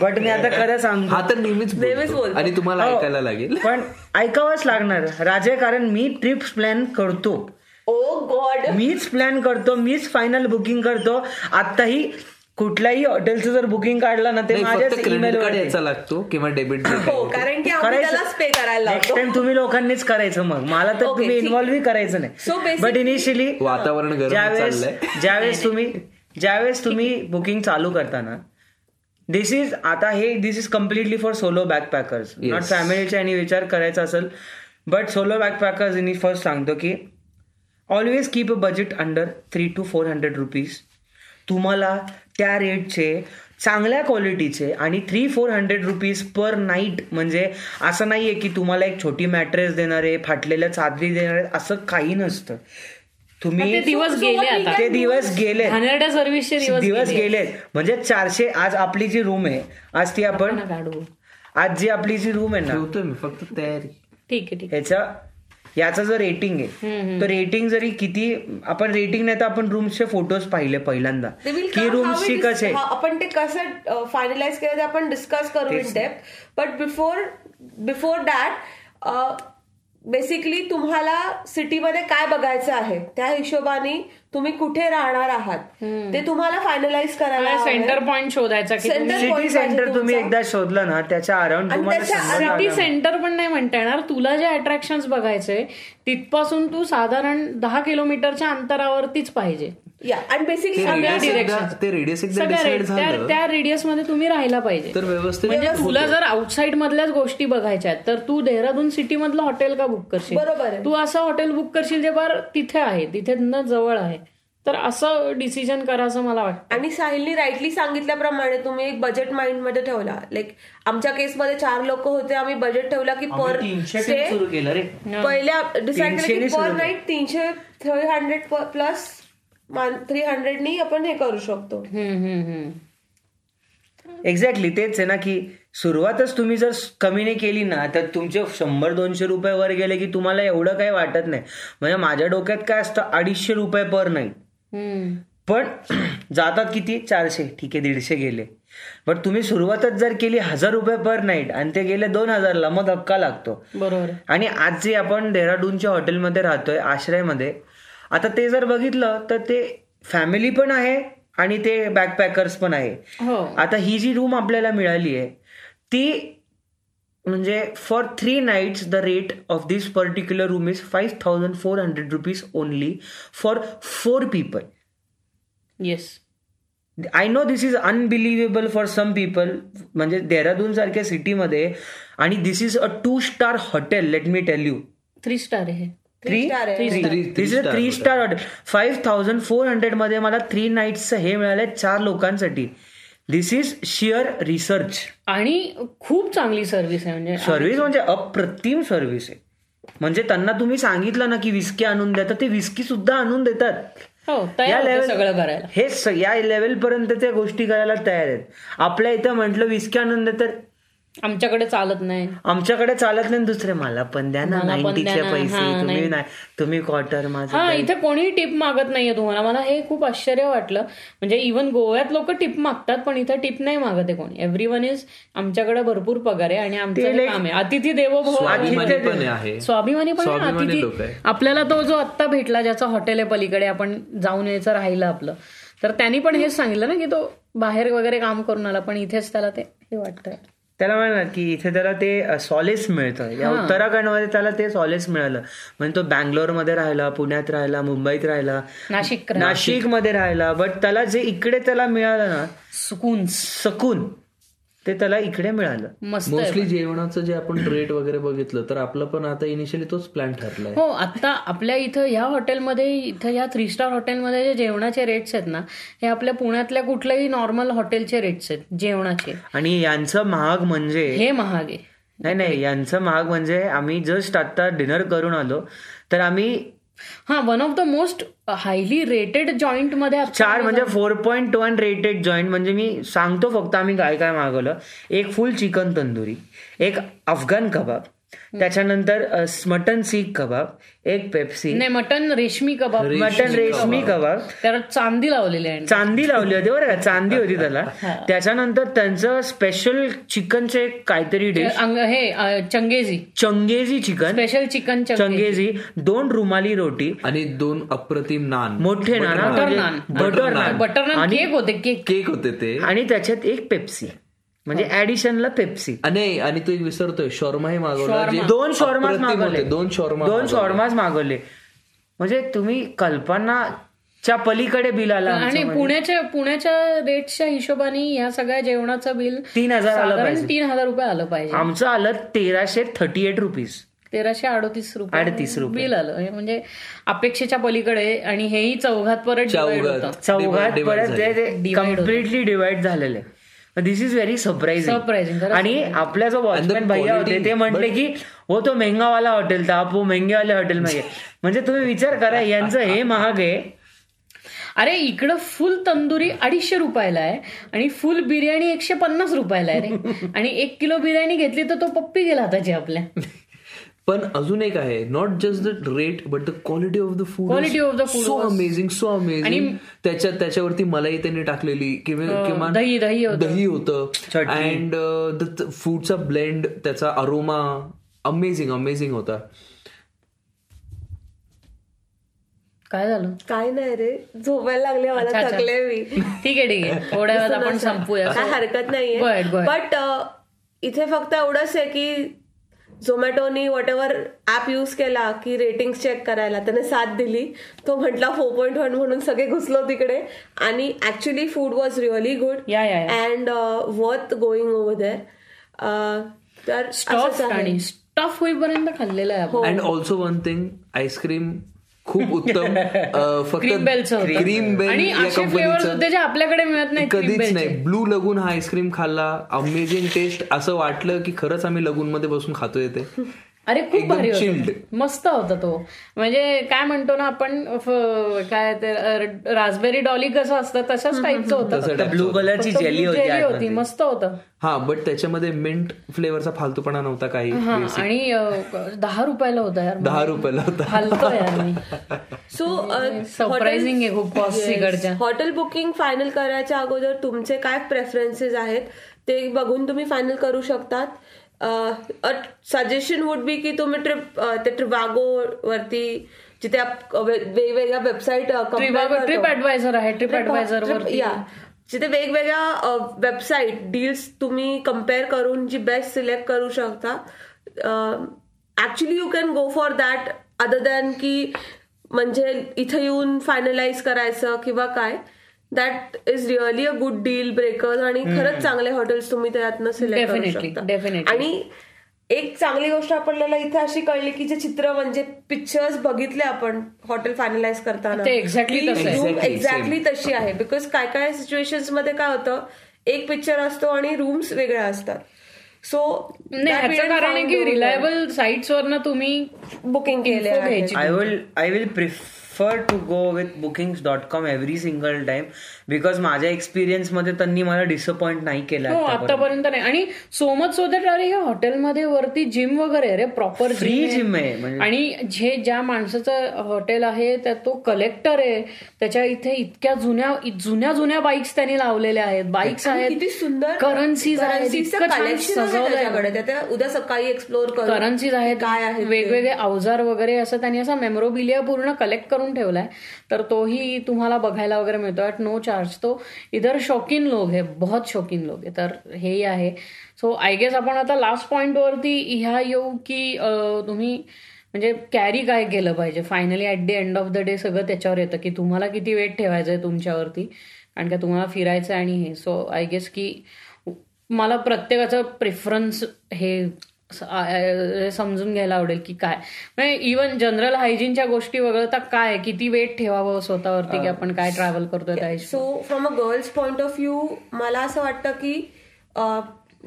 [SPEAKER 2] बट मी आता खरं सांगतो
[SPEAKER 4] हा तर नेहमीच
[SPEAKER 5] नेहमीच
[SPEAKER 4] बोलतो.
[SPEAKER 5] बोलतो.
[SPEAKER 4] आणि तुम्हाला
[SPEAKER 2] हो.
[SPEAKER 4] ऐकायला लागेल
[SPEAKER 2] पण ऐकावंच लागणार राजे कारण मी ट्रिप्स प्लॅन करतो
[SPEAKER 5] ओ गॉड
[SPEAKER 2] मीच प्लॅन करतो मीच फायनल बुकिंग करतो आताही कुठल्याही हॉटेलचं जर बुकिंग काढलं ना ते
[SPEAKER 4] नाही
[SPEAKER 2] माझ्याच
[SPEAKER 4] फक्त
[SPEAKER 2] ईमेल
[SPEAKER 4] क्रेडिट कार्ड यायचा लागतो किंवा डेबिट
[SPEAKER 5] हो कारण की आम्ही त्यालाच पे करायला
[SPEAKER 2] नेक्स्ट
[SPEAKER 5] लागतो
[SPEAKER 2] टाइम तुम्ही लोकांनीच करायचं मग मला तर
[SPEAKER 5] Okay,
[SPEAKER 2] तुम्ही
[SPEAKER 5] ठीक.
[SPEAKER 2] इन्व्हॉल्वही करायचं
[SPEAKER 5] So
[SPEAKER 2] नाही
[SPEAKER 5] basically-
[SPEAKER 2] बट इनिशियली
[SPEAKER 4] वातावरण गरम
[SPEAKER 2] ज्यावेळेस
[SPEAKER 4] चाललंय
[SPEAKER 2] ज्यावेळेस तुम्ही ज्यावेळेस तुम्ही बुकिंग चालू करताना दिस इज आता हे this is completely for solo backpackers not फॅमिलीचा आणि विचार करायचा असेल बट सोलो बॅकपॅकर्स इनी फर्स्ट सांगतो की always keep a budget under three two four hundred rupees तुम्हाला त्या रेटचे चांगल्या क्वालिटीचे आणि three four hundred rupees per night म्हणजे असं नाही आहे की तुम्हाला एक छोटी मॅट्रेस देणार आहे फाटलेल्या चादरी देणार आहे असं काही नसतं
[SPEAKER 3] पण ते
[SPEAKER 2] तुम्ही
[SPEAKER 3] दिवस गेले आता
[SPEAKER 2] ते दिवस गेले
[SPEAKER 3] घाणेरड्या सर्व्हिसचे दिवस
[SPEAKER 2] दिवस गेले म्हणजे चारशे आज आपली जी रूम आहे आज ती आपण
[SPEAKER 3] काढू
[SPEAKER 2] आज जी आपली जी रूम आहे ना
[SPEAKER 5] हो.
[SPEAKER 4] ठेवतोय मी फक्त तयारी
[SPEAKER 3] ठीक आहे ठीक आहे
[SPEAKER 2] ह्याचा याचं जर रेटिंग आहे तर रेटिंग जरी किती आपण रेटिंग नाही तर आपण रूमचे फोटोज पाहिले पहिल्यांदा
[SPEAKER 5] They will
[SPEAKER 2] की
[SPEAKER 5] come how
[SPEAKER 2] रूम्सची
[SPEAKER 5] we dis-
[SPEAKER 2] कसे
[SPEAKER 5] हा, आपण ते कसं फायनलाइज केलं ते आपण डिस्कस करू in depth but before before that basically तुम्हाला सिटीमध्ये काय बघायचं आहे त्या हिशोबाने तुम्ही कुठे राहणार आहात ते तुम्हाला फायनलाइज करायला
[SPEAKER 3] सेंटर पॉईंट शोधायचा की
[SPEAKER 2] सिटी सेंटर तुम्ही एकदा शोधलं ना त्याच्या अराउंड तुम्हाला
[SPEAKER 5] त्याच्या
[SPEAKER 2] शंभर
[SPEAKER 3] सिटी
[SPEAKER 2] जागा-
[SPEAKER 3] सेंटर पण नाही म्हणता येणार तुला जे अट्रॅक्शन बघायचे तिथपासून तू साधारण दहा किलोमीटरच्या अंतरावरतीच पाहिजे
[SPEAKER 5] या आणि बेसिकली
[SPEAKER 4] radius एकदा- ते रेडियस एकदा
[SPEAKER 3] सगळ्या
[SPEAKER 4] डिसाइड
[SPEAKER 3] रे- त्या-
[SPEAKER 4] झालं
[SPEAKER 3] त्या रेडियस मध्ये तुम्ही राहायला पाहिजे
[SPEAKER 4] तर व्यवस्थित
[SPEAKER 3] म्हणजे तुला जर आउटसाइड मधल्याच गोष्टी बघायच्या आहेत तर तू देहरादून सिटी मधलं हॉटेल का बुक करशील
[SPEAKER 5] बरोबर आहे.
[SPEAKER 3] तू असं हॉटेल बुक करशील जे बार तिथे आहे तिथे न जवळ आहे तर असं डिसिजन करा असं मला वाटतं
[SPEAKER 5] आणि साहिलनी राईटली सांगितल्याप्रमाणे तुम्ही एक बजेट माइंड मध्ये ठेवला लाईक आमच्या केसमध्ये चार लोक होते आम्ही बजेट ठेवला की पर
[SPEAKER 6] तीनशे सुरू केलं रे
[SPEAKER 5] पहिल्या डिसाईड केलं
[SPEAKER 2] तीनशेने
[SPEAKER 5] की पर
[SPEAKER 2] सुरू
[SPEAKER 5] नाईट तीनशे थ्री हंड्रेड प्लस थ्री हंड्रेडनी आपण हे करू शकतो
[SPEAKER 2] एक्झॅक्टली तेच आहे ना की सुरुवातच तुम्ही जर स- कमी नाही केली ना तर तुमचे शंभर दोनशे रुपये वर गेले की तुम्हाला एवढं काही वाटत नाही म्हणजे माझ्या डोक्यात काय असतं अडीचशे रुपये पर नाही पण [clears throat] जातात किती चारशे ठीक आहे दीडशे गेले पण तुम्ही सुरुवातच जर केली हजार रुपये पर नाईट आणि ते गेले दोन हजारला मग धक्का लागतो
[SPEAKER 3] बरोबर
[SPEAKER 2] आणि आज जे आपण डेहराडूनच्या हॉटेलमध्ये राहतोय आश्रयमध्ये आता ते जर बघितलं तर ते फॅमिली पण आहे आणि ते बॅकपॅकर्स पण आहे
[SPEAKER 3] हो
[SPEAKER 2] आता ही जी रूम आपल्याला मिळाली आहे ती म्हणजे for three nights the rate of this particular room is five thousand four hundred rupees only for four people
[SPEAKER 3] yes
[SPEAKER 2] I know this is unbelievable for some people म्हणजे देहरादून सारख्या सिटीमध्ये आणि this is a two star hotel let me tell you
[SPEAKER 3] three star आहे
[SPEAKER 2] three this is three star hotel five thousand four hundred मध्ये मला three नाईट्सचं हे मिळालंय चार लोकांसाठी दिस इज शिअर रिसर्च
[SPEAKER 3] आणि खूप चांगली सर्व्हिस आहे म्हणजे
[SPEAKER 2] सर्व्हिस म्हणजे अप्रतिम सर्व्हिस आहे म्हणजे त्यांना तुम्ही सांगितलं ना की विस्की आणून द्या तर ते विस्की सुद्धा आणून देतात
[SPEAKER 3] हो तयार होते सगळं करायला
[SPEAKER 2] हे स- या लेवल पर्यंत त्या गोष्टी करायला तयार आहेत आपल्या इथं म्हटलं विस्की आणून दे तर
[SPEAKER 3] आमच्याकडे चालत नाही
[SPEAKER 2] आमच्याकडे चालत नाही दुसरे मला पण द्या ना
[SPEAKER 3] मला पण द्या
[SPEAKER 2] नाईन्टीचे
[SPEAKER 3] ना.
[SPEAKER 2] पैसे
[SPEAKER 3] हा,
[SPEAKER 2] तुम्ही
[SPEAKER 3] नाही.
[SPEAKER 2] नाही तुम्ही क्वार्टर माझं
[SPEAKER 3] हा
[SPEAKER 2] द्या.
[SPEAKER 3] इथे कोणीही टिप मागत नाहीये तुम्हाला मला हे खूप आश्चर्य वाटलं म्हणजे इव्हन गोव्यात लोक टिप मागतात पण इथे टिप नाही मागत आहे कोणी एव्हरी वन इज आमच्याकडे भरपूर पगार आहे आणि आमचं हे काम आहे अतिथी देवो भव
[SPEAKER 4] स्वाभिमानी पण आहे
[SPEAKER 3] स्वाभिमानी पण आहे,
[SPEAKER 4] स्वाभिमानी
[SPEAKER 3] अतिथी
[SPEAKER 4] लोक आहे.
[SPEAKER 3] आपल्याला तो जो आत्ता भेटला ज्याचा हॉटेल आहे पलीकडे आपण जाऊन यायचं राहिलं आपलं तर त्यांनी पण हेच सांगितलं ना की तो बाहेर वगैरे काम करून आला पण इथेच त्याला ते हे वाटतंय
[SPEAKER 2] त्याला म्हणणार की इथे त्याला ते सॉलेस मिळतं या उत्तराखंडमध्ये त्याला ते सॉलेस मिळालं म्हणजे तो बँगलोरमध्ये राहिला पुण्यात राहिला मुंबईत राहिला
[SPEAKER 3] नाशिक
[SPEAKER 2] नाशिकमध्ये राहिला बट त्याला जे इकडे त्याला मिळालं ना
[SPEAKER 3] सुकून्स
[SPEAKER 2] सकून ते त्याला इकडे मिळालं
[SPEAKER 3] मस्त आहे.
[SPEAKER 4] मोस्टली जेवणाचं जे आपण रेट वगैरे बघितलं तर आपलं पण आता इनिशियली तोच प्लॅन ठरलाय
[SPEAKER 3] हो आता आपल्या इथं ह्या हॉटेलमध्ये इथं ह्या थ्री स्टार हॉटेलमध्ये जे जेवणाचे रेट्स आहेत ना हे आपल्या पुण्यातल्या कुठल्याही नॉर्मल हॉटेलचे रेट्स आहेत जेवणाचे
[SPEAKER 2] आणि यांचं महाग म्हणजे
[SPEAKER 3] हे महाग आहे
[SPEAKER 2] नाही नाही यांचं महाग म्हणजे आम्ही जस्ट आता डिनर करून आलो तर आम्ही
[SPEAKER 3] हा one of the most highly rated joint मध्ये आपण-
[SPEAKER 2] चार म्हणजे four point one rated joint म्हणजे मी सांगतो फक्त आम्ही काय काय मागवलं एक फुल चिकन तंदुरी एक अफगाण कबाब त्याच्यानंतर अ, मटन सीख कबाब एक पेप्सी
[SPEAKER 3] नाही मटन रेशमी कबाब
[SPEAKER 2] मटन रेशमी कबाब
[SPEAKER 3] त्याला चांदी लावलेली आहे
[SPEAKER 2] चांदी लावली होती बरं का चांदी होती [laughs] त्याला त्याच्यानंतर त्यांचं स्पेशल चिकनचे काहीतरी डिश
[SPEAKER 3] अंग हे अ, changezi
[SPEAKER 2] changezi chicken
[SPEAKER 3] special chicken changezi
[SPEAKER 2] changezi दोन रुमाली रोटी
[SPEAKER 4] आणि दोन अप्रतिम नान
[SPEAKER 2] मोठे नाना
[SPEAKER 3] बटर
[SPEAKER 2] म्हणजे
[SPEAKER 3] नान.
[SPEAKER 2] बटर नान
[SPEAKER 3] बटर नान
[SPEAKER 2] आणि-
[SPEAKER 3] केक होते केक
[SPEAKER 4] केक होते ते
[SPEAKER 2] आणि त्याच्यात एक पेप्सी म्हणजे ऍडिशनला पेप्सी
[SPEAKER 4] नाही आणि तू एक विसरतोय शॉर्माही मागवला जे
[SPEAKER 2] दोन शॉर्मास
[SPEAKER 4] अप्रतिम
[SPEAKER 2] मागवले
[SPEAKER 4] होते. दोन शॉर्मा
[SPEAKER 2] दोन
[SPEAKER 4] मागवले.
[SPEAKER 2] शॉर्मास मागवले म्हणजे तुम्ही कल्पनाच्या पलीकडे बिल आला आमचं
[SPEAKER 3] आणि
[SPEAKER 2] म्हणजे.
[SPEAKER 3] पुण्याच्या पुण्याच्या रेटच्या हिशोबाने या सगळ्या जेवणाचं बिल
[SPEAKER 2] तीन हजार आलं
[SPEAKER 3] साधारण
[SPEAKER 2] पाहिजे
[SPEAKER 3] तीन हजार रुपये आलं पाहिजे
[SPEAKER 2] आमचं आलं तेराशे थर्टी एट रुपीज
[SPEAKER 3] तेराशे अडतीस रुपये
[SPEAKER 2] 38 रुपये.
[SPEAKER 3] बिल आलं हे म्हणजे अपेक्षेच्या पलीकडे आणि हेही चौघात परत divide
[SPEAKER 4] चौघात.
[SPEAKER 3] होतं.
[SPEAKER 2] चौघात
[SPEAKER 4] Divide- divide
[SPEAKER 2] परत
[SPEAKER 4] झाले.
[SPEAKER 2] कम्प्लिटली डिवाइड झालेले this is very
[SPEAKER 3] Surprising,
[SPEAKER 2] surprising
[SPEAKER 3] खरंच
[SPEAKER 2] आणि आपल्या जो वॉचमॅन भैया होते ते म्हटले की हो तो मेहंगावाला हॉटेल था आप वो मेहंगेवाले हॉटेल
[SPEAKER 4] [laughs]
[SPEAKER 2] मध्ये म्हणजे तुम्ही विचार करा यांचं हे महाग आहे
[SPEAKER 3] अरे इकडं फुल तंदुरी अडीचशे रुपयाला आहे आणि फुल बिर्याणी एकशे पन्नास रुपयाला आहे रे आणि एक किलो बिर्याणी घेतली तर तो पप्पी गेला त्याची आपल्या
[SPEAKER 4] पण अजून एक आहे not just the rate but the quality of the food
[SPEAKER 3] Quality of the food
[SPEAKER 4] so
[SPEAKER 3] was-
[SPEAKER 4] amazing so amazing
[SPEAKER 3] आणि-
[SPEAKER 4] त्याच्या त्याच्यावरती मलाई त्यांनी टाकलेली किंवा किमान
[SPEAKER 3] दही- दही होतं.
[SPEAKER 4] दही होतं अँड द फूडचा ब्लेंड त्याचा अरोमा अमेझिंग अमेझिंग होता
[SPEAKER 3] काय झालं
[SPEAKER 5] काय नाही रे झोपायला लागले मला थकले मी
[SPEAKER 3] ठीक आहे ठीक आहे थोड्या वेळात आपण संपूया
[SPEAKER 5] काय हरकत नाहीये
[SPEAKER 3] Good, good.
[SPEAKER 5] बट इथे फक्त एवढंच आहे की झोमॅटोनी वॉट एव्हर ऍप यूज केला की रेटिंग चेक करायला त्याने साथ दिली तो म्हटला फोर पॉईंट वन म्हणून सगळे घुसलो तिकडे आणि actually food was really good
[SPEAKER 3] yeah yeah yeah.
[SPEAKER 5] And worth going over there तर
[SPEAKER 3] टॉफ
[SPEAKER 5] असंच आहे.
[SPEAKER 3] आणि स्टफ होईपर्यंत खाल्लेलं आहे आपण.
[SPEAKER 4] And also one thing ice cream खूप
[SPEAKER 3] [laughs]
[SPEAKER 4] उत्तम अं,
[SPEAKER 3] Cream Bell चं
[SPEAKER 4] फक्त
[SPEAKER 3] होतं.
[SPEAKER 4] क्रीम बेल
[SPEAKER 3] आणि असे फ्लेवर्स होते जे आपल्याकडे मिळत नाही
[SPEAKER 4] कधीच नाही ब्लू लगून हा आईस्क्रीम खाल्ला अमेझिंग टेस्ट असं वाटलं की खरंच आम्ही लगून मध्ये बसून खातोय
[SPEAKER 3] [laughs]
[SPEAKER 4] ते
[SPEAKER 3] अरे खूप
[SPEAKER 4] एकदम
[SPEAKER 3] भारी
[SPEAKER 4] chilled.
[SPEAKER 3] होता मस्त होता तो म्हणजे काय म्हणतो ना आपण फ- काय ते रासबेरी डॉली कसं असतं तशाच टाईपचं होतं
[SPEAKER 4] तसं type चं
[SPEAKER 6] ब्लू
[SPEAKER 4] होतं.
[SPEAKER 6] कलरची जेली होती
[SPEAKER 3] Jelly
[SPEAKER 6] आतमध्ये.
[SPEAKER 3] होती मस्त होतं
[SPEAKER 4] हा बट त्याच्यामध्ये मिंट फ्लेवरचा फालतूपणा नव्हता काही
[SPEAKER 3] हा आणि अं, दहा रुपयाला होता यार
[SPEAKER 4] दहा रुपयाला होता
[SPEAKER 3] खालतो यार
[SPEAKER 6] [laughs]
[SPEAKER 3] मी [laughs]
[SPEAKER 5] सो uh,
[SPEAKER 3] सरप्राइझिंग आहे खूप cost तिकडच्या.
[SPEAKER 5] हॉटेल बुकिंग फायनल करायच्या अगोदर तुमचे काय प्रेफरन्सेस आहेत ते बघून तुम्ही फायनल करू Uh, शकतात सजेशन वुड बी की तुम्ही ट्रिप ते ट्रिवागो वरती जिथे आप- वे- वेगवेगळ्या uh, वेबसाईट
[SPEAKER 3] ट्रिप ऍडवायझर आहे ट्रिप ऍडवायझर वर
[SPEAKER 5] या जिथे वेगवेगळ्या वेबसाईट डील्स तुम्ही कम्पेअर करून जी बेस्ट सिलेक्ट करू शकता actually you can go for that other than की म्हणजे इथे येऊन फायनलाइज करायचं किंवा काय that is really a good deal breaker आणि खरंच चांगले हॉटेल्स तुम्ही त्यातनं सिलेक्ट करू
[SPEAKER 3] Definitely,
[SPEAKER 5] शकता
[SPEAKER 3] definitely.
[SPEAKER 5] आणि एक चांगली गोष्ट आपल्याला इथे अशी कळली की जे चित्र म्हणजे पिक्चर्स बघितले आपण हॉटेल फायनलाइज करताना
[SPEAKER 3] ते exactly तसं आहे.
[SPEAKER 5] एक्झॅक्टली तशी आहे बिकॉज काय काय सिच्युएशन मध्ये काय होतं एक पिक्चर असतो आणि रूम्स वेगळ्या असतात सो
[SPEAKER 3] नाही ह्याचं कारण आहे की रिलायबल साईट्स वर ना तुम्ही
[SPEAKER 5] बुकिंग केले
[SPEAKER 3] info
[SPEAKER 5] आहे.
[SPEAKER 3] घ्यायची
[SPEAKER 6] I will I will prefer to go with bookings.com every single time because माझ्या experience मध्ये त्यांनी मला disappoint नाही केलं
[SPEAKER 3] हो
[SPEAKER 6] आतापर्यंत.
[SPEAKER 3] आतापर्यंत नाही आणि सो मच सो दॅट अरे ह्या हॉटेलमध्ये वरती जिम वगैरे रे प्रॉपर
[SPEAKER 6] Free gym आहे, म्हणजे-
[SPEAKER 3] आणि जे ज्या माणसाचं हॉटेल आहे त्या तो कलेक्टर आहे त्याच्या इथे इतक्या जुन्या जुन्या जुन्या बाईक्स त्यांनी लावलेल्या आहेत बाईक्स
[SPEAKER 5] आणि
[SPEAKER 3] आहेत
[SPEAKER 5] किती सुंदर
[SPEAKER 3] करन्सीज आहेत
[SPEAKER 5] currencies चं
[SPEAKER 3] इतकं छान
[SPEAKER 5] collection आहे
[SPEAKER 3] सजवलंय
[SPEAKER 5] त्याच्याकडे. त्या- त्या उद्या सकाळी एक्सप्लोअर करू
[SPEAKER 3] करन्सीज आहेत
[SPEAKER 5] काय आहे
[SPEAKER 3] वेगवेगळे अवजार वगैरे असं त्यांनी असा मेमोरोबिलिया पूर्ण कलेक्ट करून ठेवलाय तर तोही तुम्हाला बघायला वगैरे मिळतो ॲट नो चार्ज तो इधर शौकीन लोक है बहुत शौकीन लोक है तर हेही आहे सो आय गेस आपण आता लास्ट पॉइंटवरती ह्या येऊ की अं, तुम्ही म्हणजे कॅरी काय केलं पाहिजे finally at the end of the day सगळं त्याच्यावर येतं की तुम्हाला किती वेट ठेवायचं आहे तुमच्यावरती कारण का तुम्हाला फिरायचं आहे आणि हे सो आय गेस की मला प्रत्येकाचं प्रेफरन्स हे स- आ- आ- समजून घ्यायला आवडेल की काय म्हणजे इवन जनरल हायजीनच्या गोष्टी वगळता काय किती वेट ठेवावं स्वतःवरती की आपण काय ट्रॅव्हल करतोय त्या हिशोबाने.
[SPEAKER 5] So from a girls point of view मला असं वाटतं की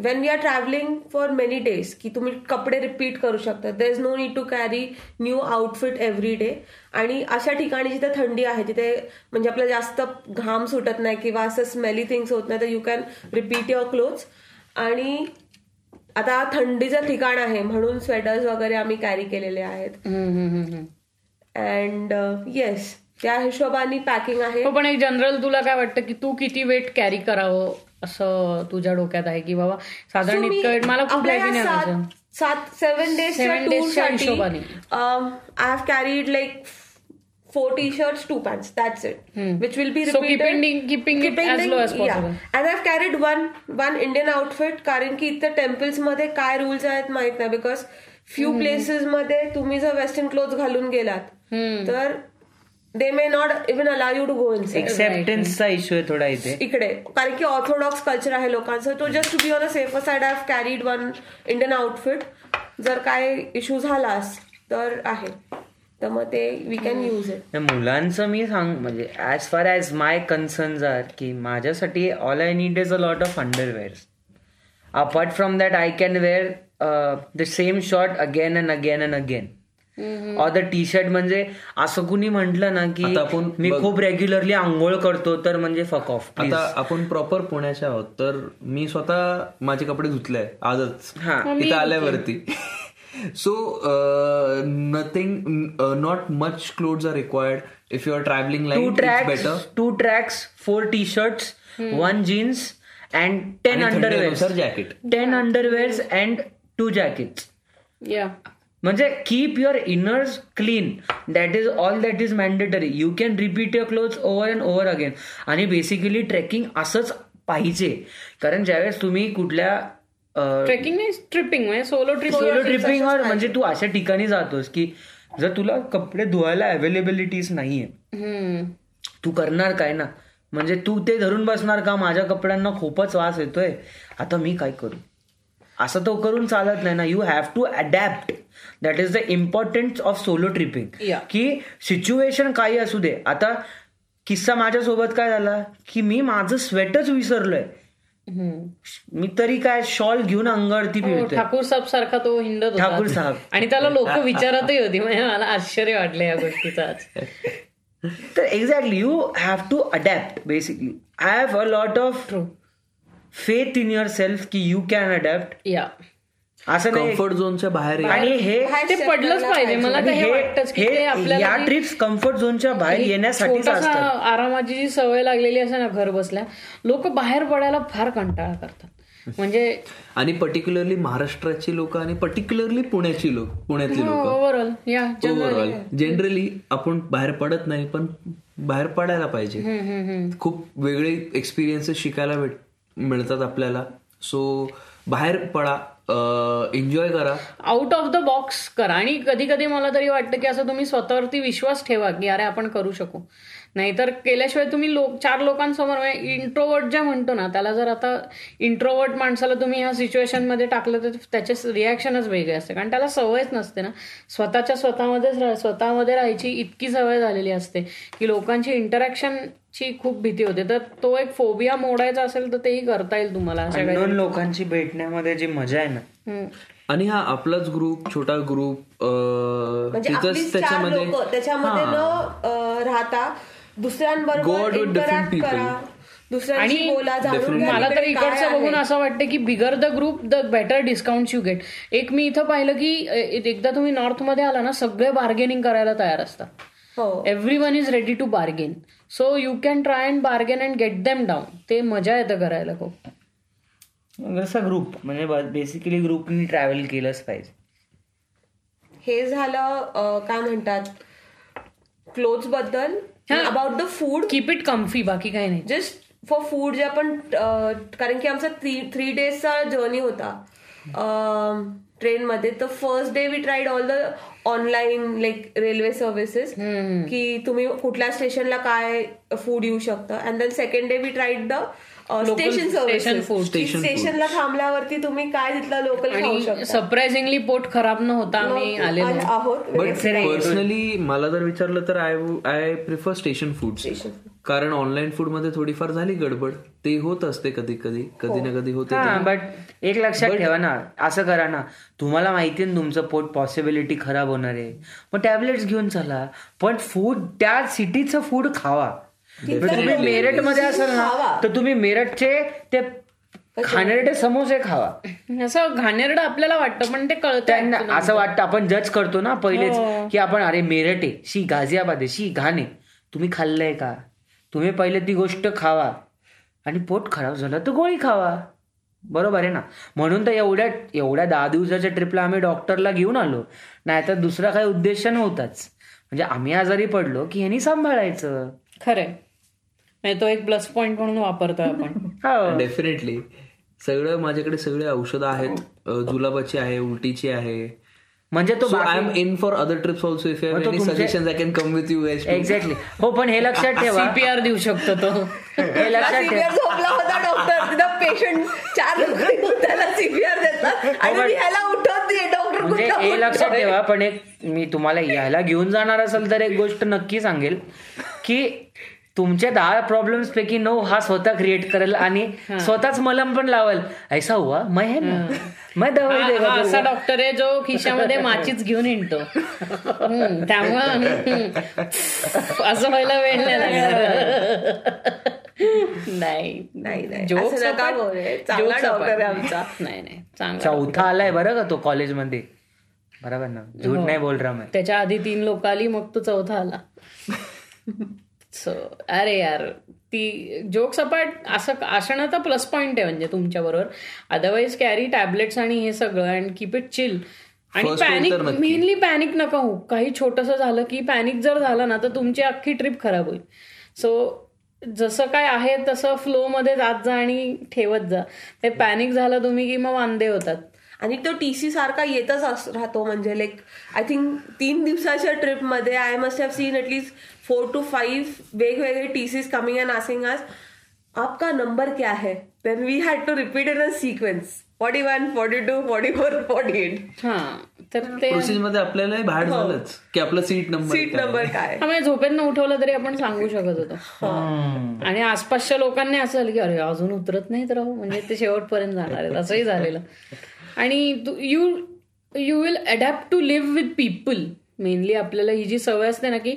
[SPEAKER 5] when we are travelling for many days की तुम्ही कपडे रिपीट करू शकता there is no need to carry new outfit every day आणि अशा ठिकाणी जिथे थंडी आहे तिथे म्हणजे आपल्याला जास्त घाम सुटत नाही किंवा असं स्मेली थिंग्स होत नाही तर you can repeat your clothes आणि आता थंडीचं ठिकाण आहे म्हणून स्वेटर्स वगैरे आम्ही कॅरी केलेले आहेत
[SPEAKER 3] hmm, hmm, hmm, hmm.
[SPEAKER 5] And yes त्या हिशोबाने पॅकिंग आहे
[SPEAKER 3] हो, पण एक जनरल तुला काय वाटतं की तू किती वेट कॅरी करावं असं तुझ्या डोक्यात आहे की बाबा साधारण
[SPEAKER 5] So, मी
[SPEAKER 3] इतकं weight मला खूप
[SPEAKER 5] आपल्या
[SPEAKER 3] लागली नाही
[SPEAKER 5] या सात-
[SPEAKER 3] माझं.
[SPEAKER 5] सात सेवन
[SPEAKER 3] Seven days च्या हिशोबाने.
[SPEAKER 5] I have carried like four T shirt two pant that's it
[SPEAKER 3] Hmm.
[SPEAKER 5] Which will be
[SPEAKER 3] So, keeping- keeping it as low as possible.
[SPEAKER 5] And I carried one one Indian outfit कारण की इतर temples मध्ये काय rules आहेत माहित नाही because few
[SPEAKER 3] Hmm.
[SPEAKER 5] Places मध्ये तुम्ही जर वेस्टर्न क्लोथ घालून गेलात
[SPEAKER 3] Hmm.
[SPEAKER 5] तर they may not even allow you to go in
[SPEAKER 6] Acceptance चा इश्यू आहे थोडा इथे
[SPEAKER 5] इकडे कारण की ऑर्थोडॉक्स कल्चर आहे लोकांचं तो just to be on a safe side I carried one Indian outfit जर काय इश्यू झालास तर आहे तर मग ते वी कॅन यूज इट
[SPEAKER 6] या मुलांचं मी सांग म्हणजे as far as my concerns are की माझ्यासाठी all I need is a lot of underwears apart from that I can wear the same short again and again and again or the T shirt म्हणजे असं कुणी म्हटलं ना की
[SPEAKER 4] आता आपण
[SPEAKER 6] मी
[SPEAKER 4] बघ-
[SPEAKER 6] खूप रेग्युलरली आंघोळ करतो तर म्हणजे फक ऑफ
[SPEAKER 4] आता आपण प्रॉपर पुण्याच्या आहोत तर मी स्वतः माझे कपडे धुतले आजच
[SPEAKER 6] हा.
[SPEAKER 4] इथं आल्यावरती [laughs] So, uh, nothing, mm, uh, not much clothes are required. If you are traveling like
[SPEAKER 2] two
[SPEAKER 4] it's
[SPEAKER 2] tracks
[SPEAKER 4] better.
[SPEAKER 2] two tracks four t-shirts one jeans and 10
[SPEAKER 4] आणि
[SPEAKER 2] underwears
[SPEAKER 4] थंडीनुसार jacket.
[SPEAKER 2] 10 underwears and two jackets
[SPEAKER 3] या
[SPEAKER 2] म्हणजे keep your inners clean that is all that is mandatory you can repeat your cloth over and over again आणि basically trekking असंच पाहिजे कारण ज्यावेळेस तुम्ही कुठल्या अं,
[SPEAKER 3] ट्रेकिंग नाही ट्रिपिंग म्हणजे सोलो ट्रिप
[SPEAKER 2] सोलो ट्रिपिंग म्हणजे तू अशा ठिकाणी जातोस की जर तुला कपडे धुवायला अवेलेबिलिटीज नाहीये तू करणार काय ना म्हणजे तू ते धरून बसणार का माझ्या कपड्यांना खूपच वास येतोय आता मी काय करू असं तो करून चालत नाही ना you have to adapt that is the importance of solo tripping की सिच्युएशन काही असू दे आता किस्सा माझ्यासोबत काय झाला की मी माझं स्वेटच विसरलोय मी तरी काय शॉल घेऊन अंगावरती पिळतोय
[SPEAKER 3] हो, ठाकूर साहेब सारखा तो हिंडत
[SPEAKER 2] ठाकूर
[SPEAKER 3] होता
[SPEAKER 2] साहेब.
[SPEAKER 3] आणि त्याला लोक विचारतही होती म्हणजे मला आश्चर्य वाटलं या गोष्टीचं आज
[SPEAKER 2] तर exactly you have to adapt basically I have a lot of faith in yourself की यू कॅन अडॅप्ट
[SPEAKER 3] या
[SPEAKER 2] असं नाही
[SPEAKER 4] कम्फर्ट झोनच्या बाहेर या.
[SPEAKER 2] आणि हे
[SPEAKER 3] ते पडलंच पाहिजे मला तर हे वाटतंच की ते
[SPEAKER 2] हे या
[SPEAKER 3] आपल्याला जी
[SPEAKER 2] ट्रिप्स कम्फर्ट झोनच्या बाहेर येण्यासाठीच
[SPEAKER 3] छोटासा
[SPEAKER 2] असतात
[SPEAKER 3] आरामाची जी सवय लागलेली असते ना घर बसल्या लोक बाहेर पडायला फार कंटाळा
[SPEAKER 2] [laughs]
[SPEAKER 3] करतात म्हणजे
[SPEAKER 4] आणि पर्टिक्युलरली महाराष्ट्राची लोक आणि पर्टिक्युलरली पुण्याची लोक
[SPEAKER 2] हो.
[SPEAKER 4] पुण्यातली लोक
[SPEAKER 3] ओव्हरऑल या
[SPEAKER 4] ओव्हरऑल जनरली आपण बाहेर पडत नाही पण बाहेर पडायला पाहिजे खूप वेगळे एक्सपिरियन्सेस शिकायला भेट मिळतात आपल्याला सो बाहेर पडा एन्जॉय करा
[SPEAKER 3] आउट ऑफ द बॉक्स करा आणि कधी कधी मला तरी वाटतं की असं तुम्ही स्वतःवरती विश्वास ठेवा की अरे आपण करू शकू नाहीतर केल्याशिवाय तुम्ही लोक चार लोकांसमोर इंट्रोवर्ट ज्या म्हणतो ना त्याला जर आता इंट्रोवर्ट माणसाला तुम्ही ह्या सिच्युएशन मध्ये टाकलं तर त्याचे रिॲक्शनच वेगळे असते कारण त्याला सवयच नसते ना स्वतःच्या स्वतःमध्येच राह- स्वतःमध्ये राहायची इतकी सवय झालेली असते की लोकांची इंटरॅक्शनची खूप भीती होते तर तो एक फोबिया मोडायचा असेल तर तेही करता येईल तुम्हाला अशा काही
[SPEAKER 8] दोन लोकांची भेटण्यामध्ये जी मजा आहे ना
[SPEAKER 3] हम्म.
[SPEAKER 4] आणि हा आपलाच ग्रुप छोटा ग्रुप
[SPEAKER 5] म्हणजे आपलीच
[SPEAKER 4] तिथंच
[SPEAKER 5] चार
[SPEAKER 4] त्याच्यामध्ये
[SPEAKER 5] लोक त्याच्यामध्ये न अ, राहता
[SPEAKER 4] God
[SPEAKER 5] दुसऱ्यांबरोबर
[SPEAKER 4] with different
[SPEAKER 5] इंटरॅक्ट
[SPEAKER 4] people.
[SPEAKER 5] करा दुसऱ्यांशी बोला जाणून घ्या
[SPEAKER 3] मला तर
[SPEAKER 5] तिकडे काय
[SPEAKER 3] इकडचं
[SPEAKER 5] आहे.
[SPEAKER 3] बघून असं वाटतं की bigger the group the better discount you get एक मी इथं पाहिलं की अ, एकदा तुम्ही नॉर्थ मध्ये आला ना सगळे बार्गेनिंग करायला तयार असतात
[SPEAKER 5] हो
[SPEAKER 3] every one is ready to bargain so you can try and bargain and get them down ते मजा येतं करायला खूप
[SPEAKER 8] जसा ग्रुप म्हणजे बेसिकली ग्रुपनी ट्रॅव्हल केलंच पाहिजे
[SPEAKER 5] हे झालं अ, काय म्हणतात क्लोथ बद्दल about the food
[SPEAKER 3] keep it comfy बाकी काही नाही
[SPEAKER 5] जस्ट फॉर फूड जे आपण अ, कारण की आमचा थ्री थ्री डेजचा जर्नी होता ट्रेनमध्ये तर first day we tried all the online like railway services की तुम्ही कुठल्या स्टेशनला काय फूड येऊ शकतं and then second day we tried the station services
[SPEAKER 3] food.
[SPEAKER 5] स्टेशनला थांबल्यावरती तुम्ही काय तिथलं लोकल खाऊ
[SPEAKER 3] आणि
[SPEAKER 5] शकता
[SPEAKER 3] सरप्राइझिंगली पोट खराब न होता आम्ही आलेलो
[SPEAKER 5] आले आहोत
[SPEAKER 4] बट पर्सनली मला जर विचारलं तर I I prefer station foods कारण ऑनलाईन फूड मध्ये थोडीफार झाली गडबड ते होत असते कधी कधी कधी
[SPEAKER 5] हो.
[SPEAKER 4] ना कधी होते
[SPEAKER 2] हा बट एक लक्षात ठेवा ना असं करा ना तुम्हाला माहिती आहे ना तुमचं पोट पॉसिबिलिटी खराब होणार आहे पण टॅबलेट्स घेऊन चला पण फूड त्या सिटीचं फूड खावा जर तुम्ही मेरठ मध्ये असाल ना तर तुम्ही मेरठचे ते खाणारे समोसे खावा
[SPEAKER 3] असं घाणेरडं आपल्याला वाटतं पण ते कळतं
[SPEAKER 2] त्यांना असं वाटतं आपण जज करतो ना पहिलेच की आपण अरे मेरठ आहे शी गाझियाबाद आहे शी घाण आहे तुम्ही खाल्लंय का तुम्ही पहिले ती गोष्ट खावा आणि पोट खराब झालं तर गोळी खावा बरोबर आहे ना म्हणून तर एवढ्या एवढ्या दहा दिवसाच्या ट्रिपला आम्ही डॉक्टरला घेऊन आलो नाही तर दुसरा काही उद्देश नव्हताच म्हणजे आम्ही आजारी पडलो की ह्यांनी सांभाळायचं
[SPEAKER 3] खरंय म्हणजे तो एक प्लस पॉइंट म्हणून वापरतोय आपण
[SPEAKER 2] हो.
[SPEAKER 4] डेफिनेटली सगळं माझ्याकडे सगळे औषधं आहेत अ, जुलाबाची आहे उलटीची आहे
[SPEAKER 2] म्हणजे तो
[SPEAKER 4] so I am in for other trips also if
[SPEAKER 2] मग तो
[SPEAKER 4] एनी
[SPEAKER 2] तुमचे-
[SPEAKER 4] suggestion I can come with you
[SPEAKER 2] exactly हो पण हे लक्षात ठेवा
[SPEAKER 3] सीपीआर देऊ शकतो तो
[SPEAKER 2] हे
[SPEAKER 5] [laughs]
[SPEAKER 2] लक्षात ठेवा
[SPEAKER 5] सीपीआर झोपला होता डॉक्टर तिथं पेशंट चार लोक येऊन त्याला सीपीआर देतात आणि मी ह्याला उठवत डॉक्टर
[SPEAKER 2] म्हणजे हे लक्षात ठेवा पण एक मी तुम्हाला याला घेऊन जाणार असेल तर एक गोष्ट नक्की सांगेल की तुमच्या दहा प्रॉब्लेम्स पैकी नऊ हा स्वतः क्रिएट करेल आणि स्वतःच मलम पण लावेल ऐसा हुआ मैं है ना मैं दवाई
[SPEAKER 3] हा- हा
[SPEAKER 2] देगा
[SPEAKER 3] असा डॉक्टर आहे जो खिशामध्ये माचीच घेऊन हिंडतो हम्म, त्यामुळं हम्म, असं व्हायला वेळ नाही लागणार. नाही
[SPEAKER 5] नाही नाही
[SPEAKER 3] Jokes
[SPEAKER 5] असं नका
[SPEAKER 3] apart-
[SPEAKER 5] बोलू. चांगला
[SPEAKER 3] jokes
[SPEAKER 5] डॉक्टर आहे
[SPEAKER 3] apart.
[SPEAKER 5] आमचा
[SPEAKER 3] नाही नाही चांगला
[SPEAKER 2] चौथा आलाय बरं का तो कॉलेजमध्ये बराबर ना झूठ
[SPEAKER 3] हो.
[SPEAKER 2] नाही बोल रहा मैं
[SPEAKER 3] त्याच्या आधी तीन लोक आली मग तो चौथा आला सो अरे यार ती जोक सपाट असं असणं तर प्लस पॉइंट आहे म्हणजे तुमच्या बरोबर अदरवाईज कॅरी टॅबलेट्स आणि हे सगळं अँड कीप इट चिल आणि पॅनिक मेनली पॅनिक नका हो काही छोटंसं झालं की पॅनिक जर झालं ना तर तुमची अख्खी ट्रिप खराब होईल सो जसं काय आहे तसं flow मध्ये जात जा आणि ठेवत जा ते पॅनिक झालं तुम्ही की मग वांदे होतात
[SPEAKER 5] आणि तो टीसी सारखा येतच अस- राहतो म्हणजे लाईक आय थिंक तीन दिवसाच्या ट्रिप मध्ये I must have seen at least four to five वेगवेगळे TCs coming and asking us आपका नंबर क्या है then we had to repeat in a sequence forty one forty two forty four forty eight
[SPEAKER 3] हां तर ते
[SPEAKER 4] process मध्ये आपल्याला भाड
[SPEAKER 2] हो.
[SPEAKER 4] झालंच की आपला सीट नंबर
[SPEAKER 5] सीट नंबर काय
[SPEAKER 3] आम्ही झोपेत उठवलं तरी आपण सांगू शकत होतो आणि आसपासच्या लोकांनी असं झालं की अरे अजून उतरत नाही तर अहो, म्हणजे ते शेवटपर्यंत जाणार आहेत असंही झालेलं आणि you you will adapt to live with people mainly आपल्याला ही जी सवय असते ना की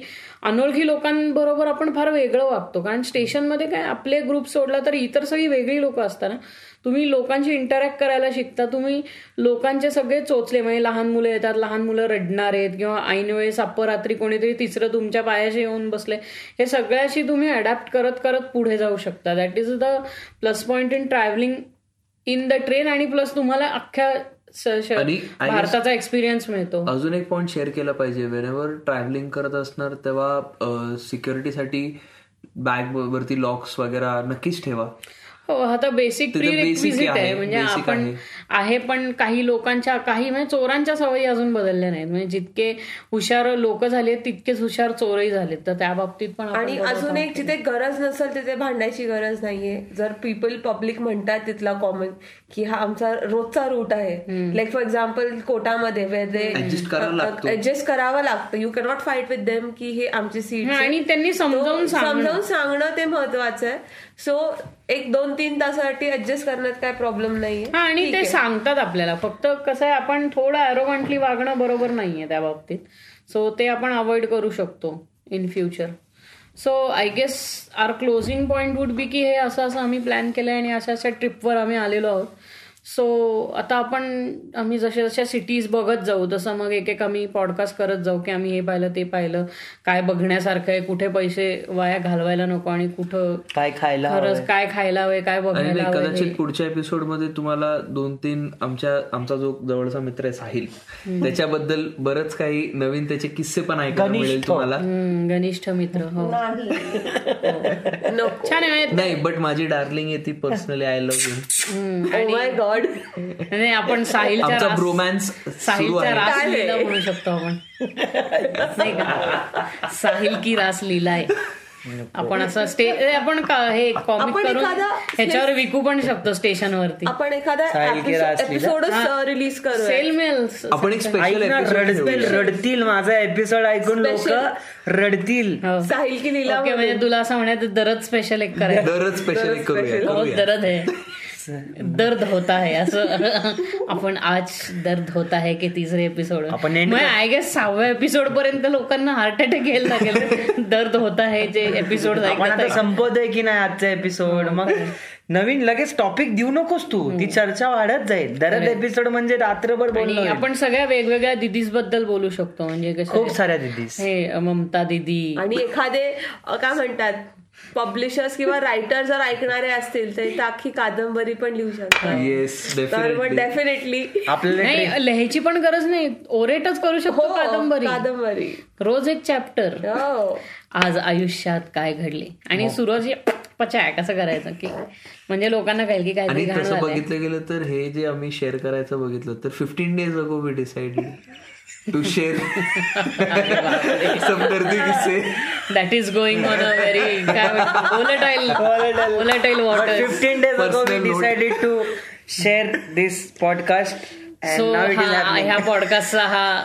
[SPEAKER 3] अनोळखी लोकांबरोबर आपण फार वेगळं वागतो कारण स्टेशनमध्ये काय आपले ग्रुप सोडला तर इतर सगळी वेगळी लोक असतात ना तुम्ही लोकांशी इंटरॅक्ट करायला शिकता तुम्ही लोकांचे सगळे चोचले म्हणजे लहान मुलं येतात लहान मुलं रडणार आहेत किंवा ऐनवेळेस अपरात्री कोणीतरी तिसरं तुमच्या पायाशी येऊन बसले हे सगळ्याशी तुम्ही अडॅप्ट करत करत पुढे जाऊ शकता that is the plus point in travelling in the train आणि प्लस तुम्हाला अख्ख्या स- श-
[SPEAKER 4] आणि I guess-
[SPEAKER 3] भारताचा एक्सपिरियन्स मिळतो
[SPEAKER 4] अजून एक पॉईंट शेअर केला पाहिजे वेळेवर ट्रॅव्हलिंग करत असणार तेव्हा सिक्युरिटीसाठी बॅग वरती लॉक्स वगैरे नक्कीच ठेवा
[SPEAKER 3] हो आता बेसिक
[SPEAKER 4] ते तर
[SPEAKER 3] प्री
[SPEAKER 4] basic आहे,
[SPEAKER 3] आहे म्हणजे
[SPEAKER 4] basic
[SPEAKER 3] आपण
[SPEAKER 4] आहे.
[SPEAKER 3] आहे पण काही लोकांच्या काही म्हणजे चोरांच्या सवयी अजून बदलल्या नाहीत म्हणजे जितके हुशार लोक झालेत तितकेच हुशार चोरही झालेत तर त्या बाबतीत पण आपण
[SPEAKER 5] आणि अजून एक जिथे गरज नसेल तिथे भांडायची गरज नाहीये जर पीपल पब्लिक म्हणतात तिथला कॉमन की हा आमचा रोजचा रूट आहे लाईक फॉर एक्झाम्पल कोटामध्ये
[SPEAKER 4] Adjust करावं लागतो.
[SPEAKER 5] ऍडजस्ट करावं लागतं you cannot fight with them की हे आमची सीट
[SPEAKER 3] हा, आणि त्यांनी समजावून सांगणं
[SPEAKER 5] समजावून सांगणं ते महत्वाचं आहे सो एक दोन तीन तासासाठी ऍडजस्ट करण्यात काय प्रॉब्लेम नाहीये
[SPEAKER 3] हा आणि ते सांगतात आपल्याला फक्त कसं आहे आपण थोडं अरोगंटली वागणं बरोबर नाहीये त्या बाबतीत सो ते आपण अवॉइड करू शकतो in future so I guess our closing point would be की हे असं असं आम्ही प्लॅन केलं आणि अशा अशा ट्रिपवर आम्ही आलेलो आहोत सो आता आपण आम्ही जशा जशा सिटीज बघत जाऊ तसं मग एक एक आम्ही पॉडकास्ट करत जाऊ की आम्ही हे पाहिलं ते पाहिलं काय बघण्यासारखं आहे कुठे पैसे वाया घालवायला नको आणि कुठं
[SPEAKER 2] काय खायला
[SPEAKER 3] खरंच काय खायला हवंय काय
[SPEAKER 4] आणि
[SPEAKER 3] बघायला
[SPEAKER 4] नाही,
[SPEAKER 3] हवंय
[SPEAKER 4] कदाचित पुढच्या एपिसोड मध्ये तुम्हाला दोन तीन आमच्या आमचा जो जवळचा मित्र आहे साहिल त्याच्याबद्दल बरंच काही नवीन त्याचे किस्से पण ऐकायला मिळेल तुम्हाला
[SPEAKER 3] हम्म, घनिष्ठ मित्र हो
[SPEAKER 5] नको
[SPEAKER 3] छान आहे
[SPEAKER 4] नाही बट माझी डार्लिंग आहे ती personally I love
[SPEAKER 3] [laughs]
[SPEAKER 4] you
[SPEAKER 5] my god
[SPEAKER 3] नाही, आपण साहिलच्या
[SPEAKER 4] आमचा
[SPEAKER 3] रास-
[SPEAKER 4] ब्रोमॅन्स सुरू
[SPEAKER 3] साहिलच्या
[SPEAKER 4] आहे
[SPEAKER 3] रास
[SPEAKER 5] काय?
[SPEAKER 3] लीला म्हणू शकतो आपण नाही का? साहिल की रास लीला आहे आपण असं स्टे ए, आपण का- हे कॉमिक
[SPEAKER 5] आपण
[SPEAKER 3] करून
[SPEAKER 5] एखादा-
[SPEAKER 3] ह्याच्यावर विकू पण शकतो स्टेशनवरती
[SPEAKER 5] आपण एखादा
[SPEAKER 2] साहिल की रास लीला.
[SPEAKER 5] एपिसोडच रिलीज करू
[SPEAKER 3] सेल मिळेल
[SPEAKER 4] आपण एक स्पेशल
[SPEAKER 2] ऐक ना, रडतील रडतील माझा एपिसोड ऐकून लोक रडतील
[SPEAKER 5] साहिल की लिला
[SPEAKER 3] हो. ओके म्हणजे तुला असं म्हणायचं दरद स्पेशल एक करायचं
[SPEAKER 4] दरच स्पेशल एक करूया
[SPEAKER 3] बहुत
[SPEAKER 4] करूया.
[SPEAKER 3] दर्द
[SPEAKER 2] [laughs]
[SPEAKER 3] है दर्द होता है असं [laughs] आपण आज दर्द होता है की तिसरे एपिसोड
[SPEAKER 2] आपण end
[SPEAKER 3] आय गेस सहाव्या एपिसोड पर्यंत लोकांना हार्ट अटॅक यायला
[SPEAKER 2] [laughs]
[SPEAKER 3] लागेल दर्द होता है जे एपिसोड
[SPEAKER 2] आपण आता संपवतोय की नाही आजचा एपिसोड मग नवीन लगेच टॉपिक देऊ नकोस तू ती चर्चा वाढत जाईल दरद एपिसोड म्हणजे रात्रभर बोलणं होईल.
[SPEAKER 3] आपण सगळ्या वेगवेगळ्या दिदीज बद्दल बोलू शकतो म्हणजे
[SPEAKER 2] खूप
[SPEAKER 3] कसं
[SPEAKER 2] साऱ्या दिदीस
[SPEAKER 3] हे ममता दिदी
[SPEAKER 5] आणि एखादे अ, काय म्हणतात पब्लिशर्स किंवा रायटर जर ऐकणारे असतील तर ते अख्खी कादंबरी पण लिहू शकतात
[SPEAKER 4] येस
[SPEAKER 5] तर
[SPEAKER 4] डेफिनेटली
[SPEAKER 5] मग डेफिनेटली
[SPEAKER 2] आपल्याला
[SPEAKER 3] नाही लिहायची पण गरज नाही ओरेटच करू शकतो कादंबरी
[SPEAKER 5] हो, कादंबरी
[SPEAKER 3] रोज एक चॅप्टर
[SPEAKER 5] हो.
[SPEAKER 3] आज आयुष्यात काय घडले
[SPEAKER 4] हो.
[SPEAKER 3] आणि सुरज पचायक असं करायचं की म्हणजे लोकांना कळेल की काय
[SPEAKER 4] आणि
[SPEAKER 3] घाण
[SPEAKER 4] तसं
[SPEAKER 3] झालंय.
[SPEAKER 4] बघितलं गेलं तर हे जे आम्ही शेअर करायचं बघितलं तर fifteen days ago we decide to
[SPEAKER 3] [laughs]
[SPEAKER 4] share सब करते किस्से
[SPEAKER 3] that is going on a very काय volatile volatile water
[SPEAKER 2] fifteen days ago we
[SPEAKER 4] Personal note.
[SPEAKER 2] Decided to share this podcast
[SPEAKER 3] so
[SPEAKER 2] and now it is
[SPEAKER 3] हा
[SPEAKER 2] happening
[SPEAKER 3] ह्या पॉडकास्टचा हा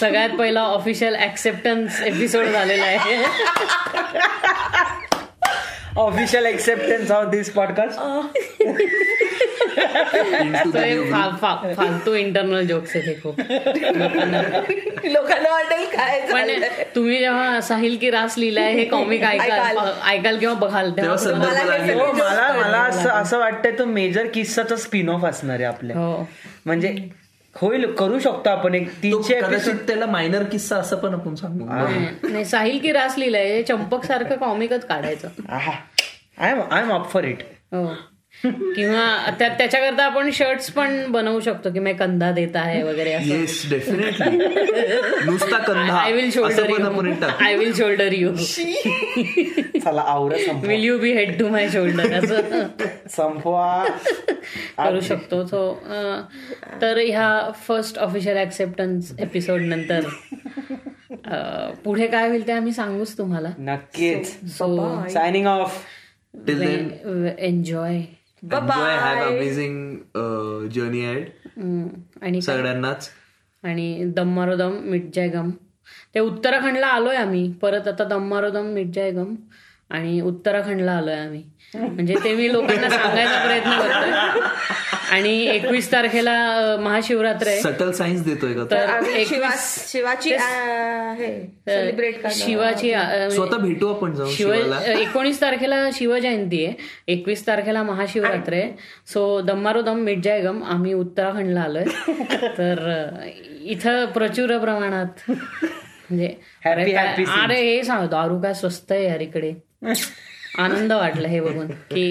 [SPEAKER 3] सगळ्यात पहिला ऑफिशियल ऍक्सेप्टन्स एपिसोड झालेला आहे
[SPEAKER 2] official acceptance of this podcast
[SPEAKER 3] तो हे फा- फा- फालतू इंटरनल जोक्स आहेत हे खूप
[SPEAKER 5] लोकांना वाटेल काय
[SPEAKER 3] पण
[SPEAKER 5] झालंय.
[SPEAKER 3] तुम्ही जेव्हा साहिल की रास लिहिलाय हे कॉमिक ऐकाल ऐकाल किंवा बघाल तेव्हा
[SPEAKER 4] तेव्हा संदर्भ
[SPEAKER 5] मला
[SPEAKER 2] Oh,
[SPEAKER 5] हे
[SPEAKER 4] लागेल
[SPEAKER 5] सगळं-
[SPEAKER 2] मला मला असं असं वाटतंय तो मेजर किस्साचा स्पिन ऑफ असणार आहे आपल्या
[SPEAKER 3] हो
[SPEAKER 2] म्हणजे होईल करू शकतो आपण एक
[SPEAKER 4] तो
[SPEAKER 2] तीनशे
[SPEAKER 4] कदाचित
[SPEAKER 2] episode-
[SPEAKER 4] त्याला मायनर किस्सा असं पण आपण सांगू
[SPEAKER 3] नाही साहिल की रास लिहिलंय हे चंपक सारखं कॉमिकच काढायचं
[SPEAKER 2] आहा I am I am up for it
[SPEAKER 3] हो किंवा त्या त्याच्याकरता आपण शर्ट्स पण बनवू शकतो की मी कंधा देत आहे वगैरे असं
[SPEAKER 4] येस डेफिनेटली नुसता कंधा
[SPEAKER 3] आय विल
[SPEAKER 4] असं
[SPEAKER 3] शोल्डर
[SPEAKER 4] पण आपण
[SPEAKER 3] यू
[SPEAKER 4] टाकू
[SPEAKER 3] आय विल शोल्डर यू
[SPEAKER 2] चला आवरा संपवा
[SPEAKER 3] will you be head to my shoulder असं
[SPEAKER 2] संपवा
[SPEAKER 3] करू शकतो सो तर ह्या फर्स्ट ऑफिशियल ऍक्सेप्टन्स एपिसोड नंतर अं, पुढे काय होईल ते आम्ही सांगूच तुम्हाला
[SPEAKER 2] नक्कीच
[SPEAKER 3] so
[SPEAKER 2] signing [laughs] off
[SPEAKER 4] till then
[SPEAKER 3] enjoy
[SPEAKER 4] enjoy have amazing journey add
[SPEAKER 3] आणि
[SPEAKER 4] uh, सगळ्यांनाच
[SPEAKER 3] आणि दम दम मिट जाय गम ते उत्तराखंडला आलोय आम्ही परत आता दम दम मिट जाय गम आणि उत्तराखंडला आलोय आम्ही म्हणजे ते मी लोकांना सांगायचा प्रयत्न करतोय आणि एकवीस तारखेला अं, महाशिवरात्र आहे
[SPEAKER 4] सटल सायन्स देतोय का तो?
[SPEAKER 3] तर
[SPEAKER 5] आम्ही शिवा-
[SPEAKER 3] एकवीस
[SPEAKER 5] शिवाची अं, हे सेलिब्रेट
[SPEAKER 3] शिवाची अं,
[SPEAKER 4] स्वतः भेटू आपण जाऊन
[SPEAKER 3] शिव
[SPEAKER 4] शिवाला
[SPEAKER 3] एकोणीस तारखेला शिवजयंती आहे एकवीस तारखेला महाशिवरात्र आहे सो दम मिट जायगम आम्ही उत्तराखंडला आलोय तर अ, इथं प्रचुर प्रमाणात म्हणजे अरे काय- अरे हे सांग दारू काय स्वस्त आहे यार इकडे आनंद वाटला हे बघून की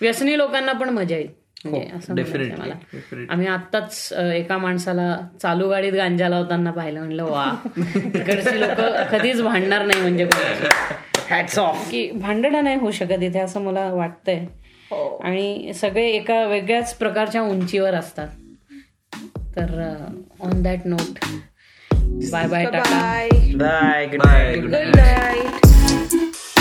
[SPEAKER 3] व्यसनी लोकांना पण मजा येईल म्हणजे असं म्हणायचं मला आम्ही आत्ताच अ, एका माणसाला चालू गाडीत गांजा लावताना पाहिलं म्हणलं वा इकडची लोक कधीच भांडणार नाही म्हणजे कोणाशी.
[SPEAKER 2] हॅट्स ऑफ
[SPEAKER 3] की भांडणं नाही होऊ शकत इथे असं मला वाटतंय आणि सगळे एका वेगळ्याच प्रकारच्या उंचीवर असतात तर on that note bye bye tata
[SPEAKER 5] bye
[SPEAKER 2] bye good
[SPEAKER 4] bye
[SPEAKER 2] night
[SPEAKER 4] good
[SPEAKER 5] good night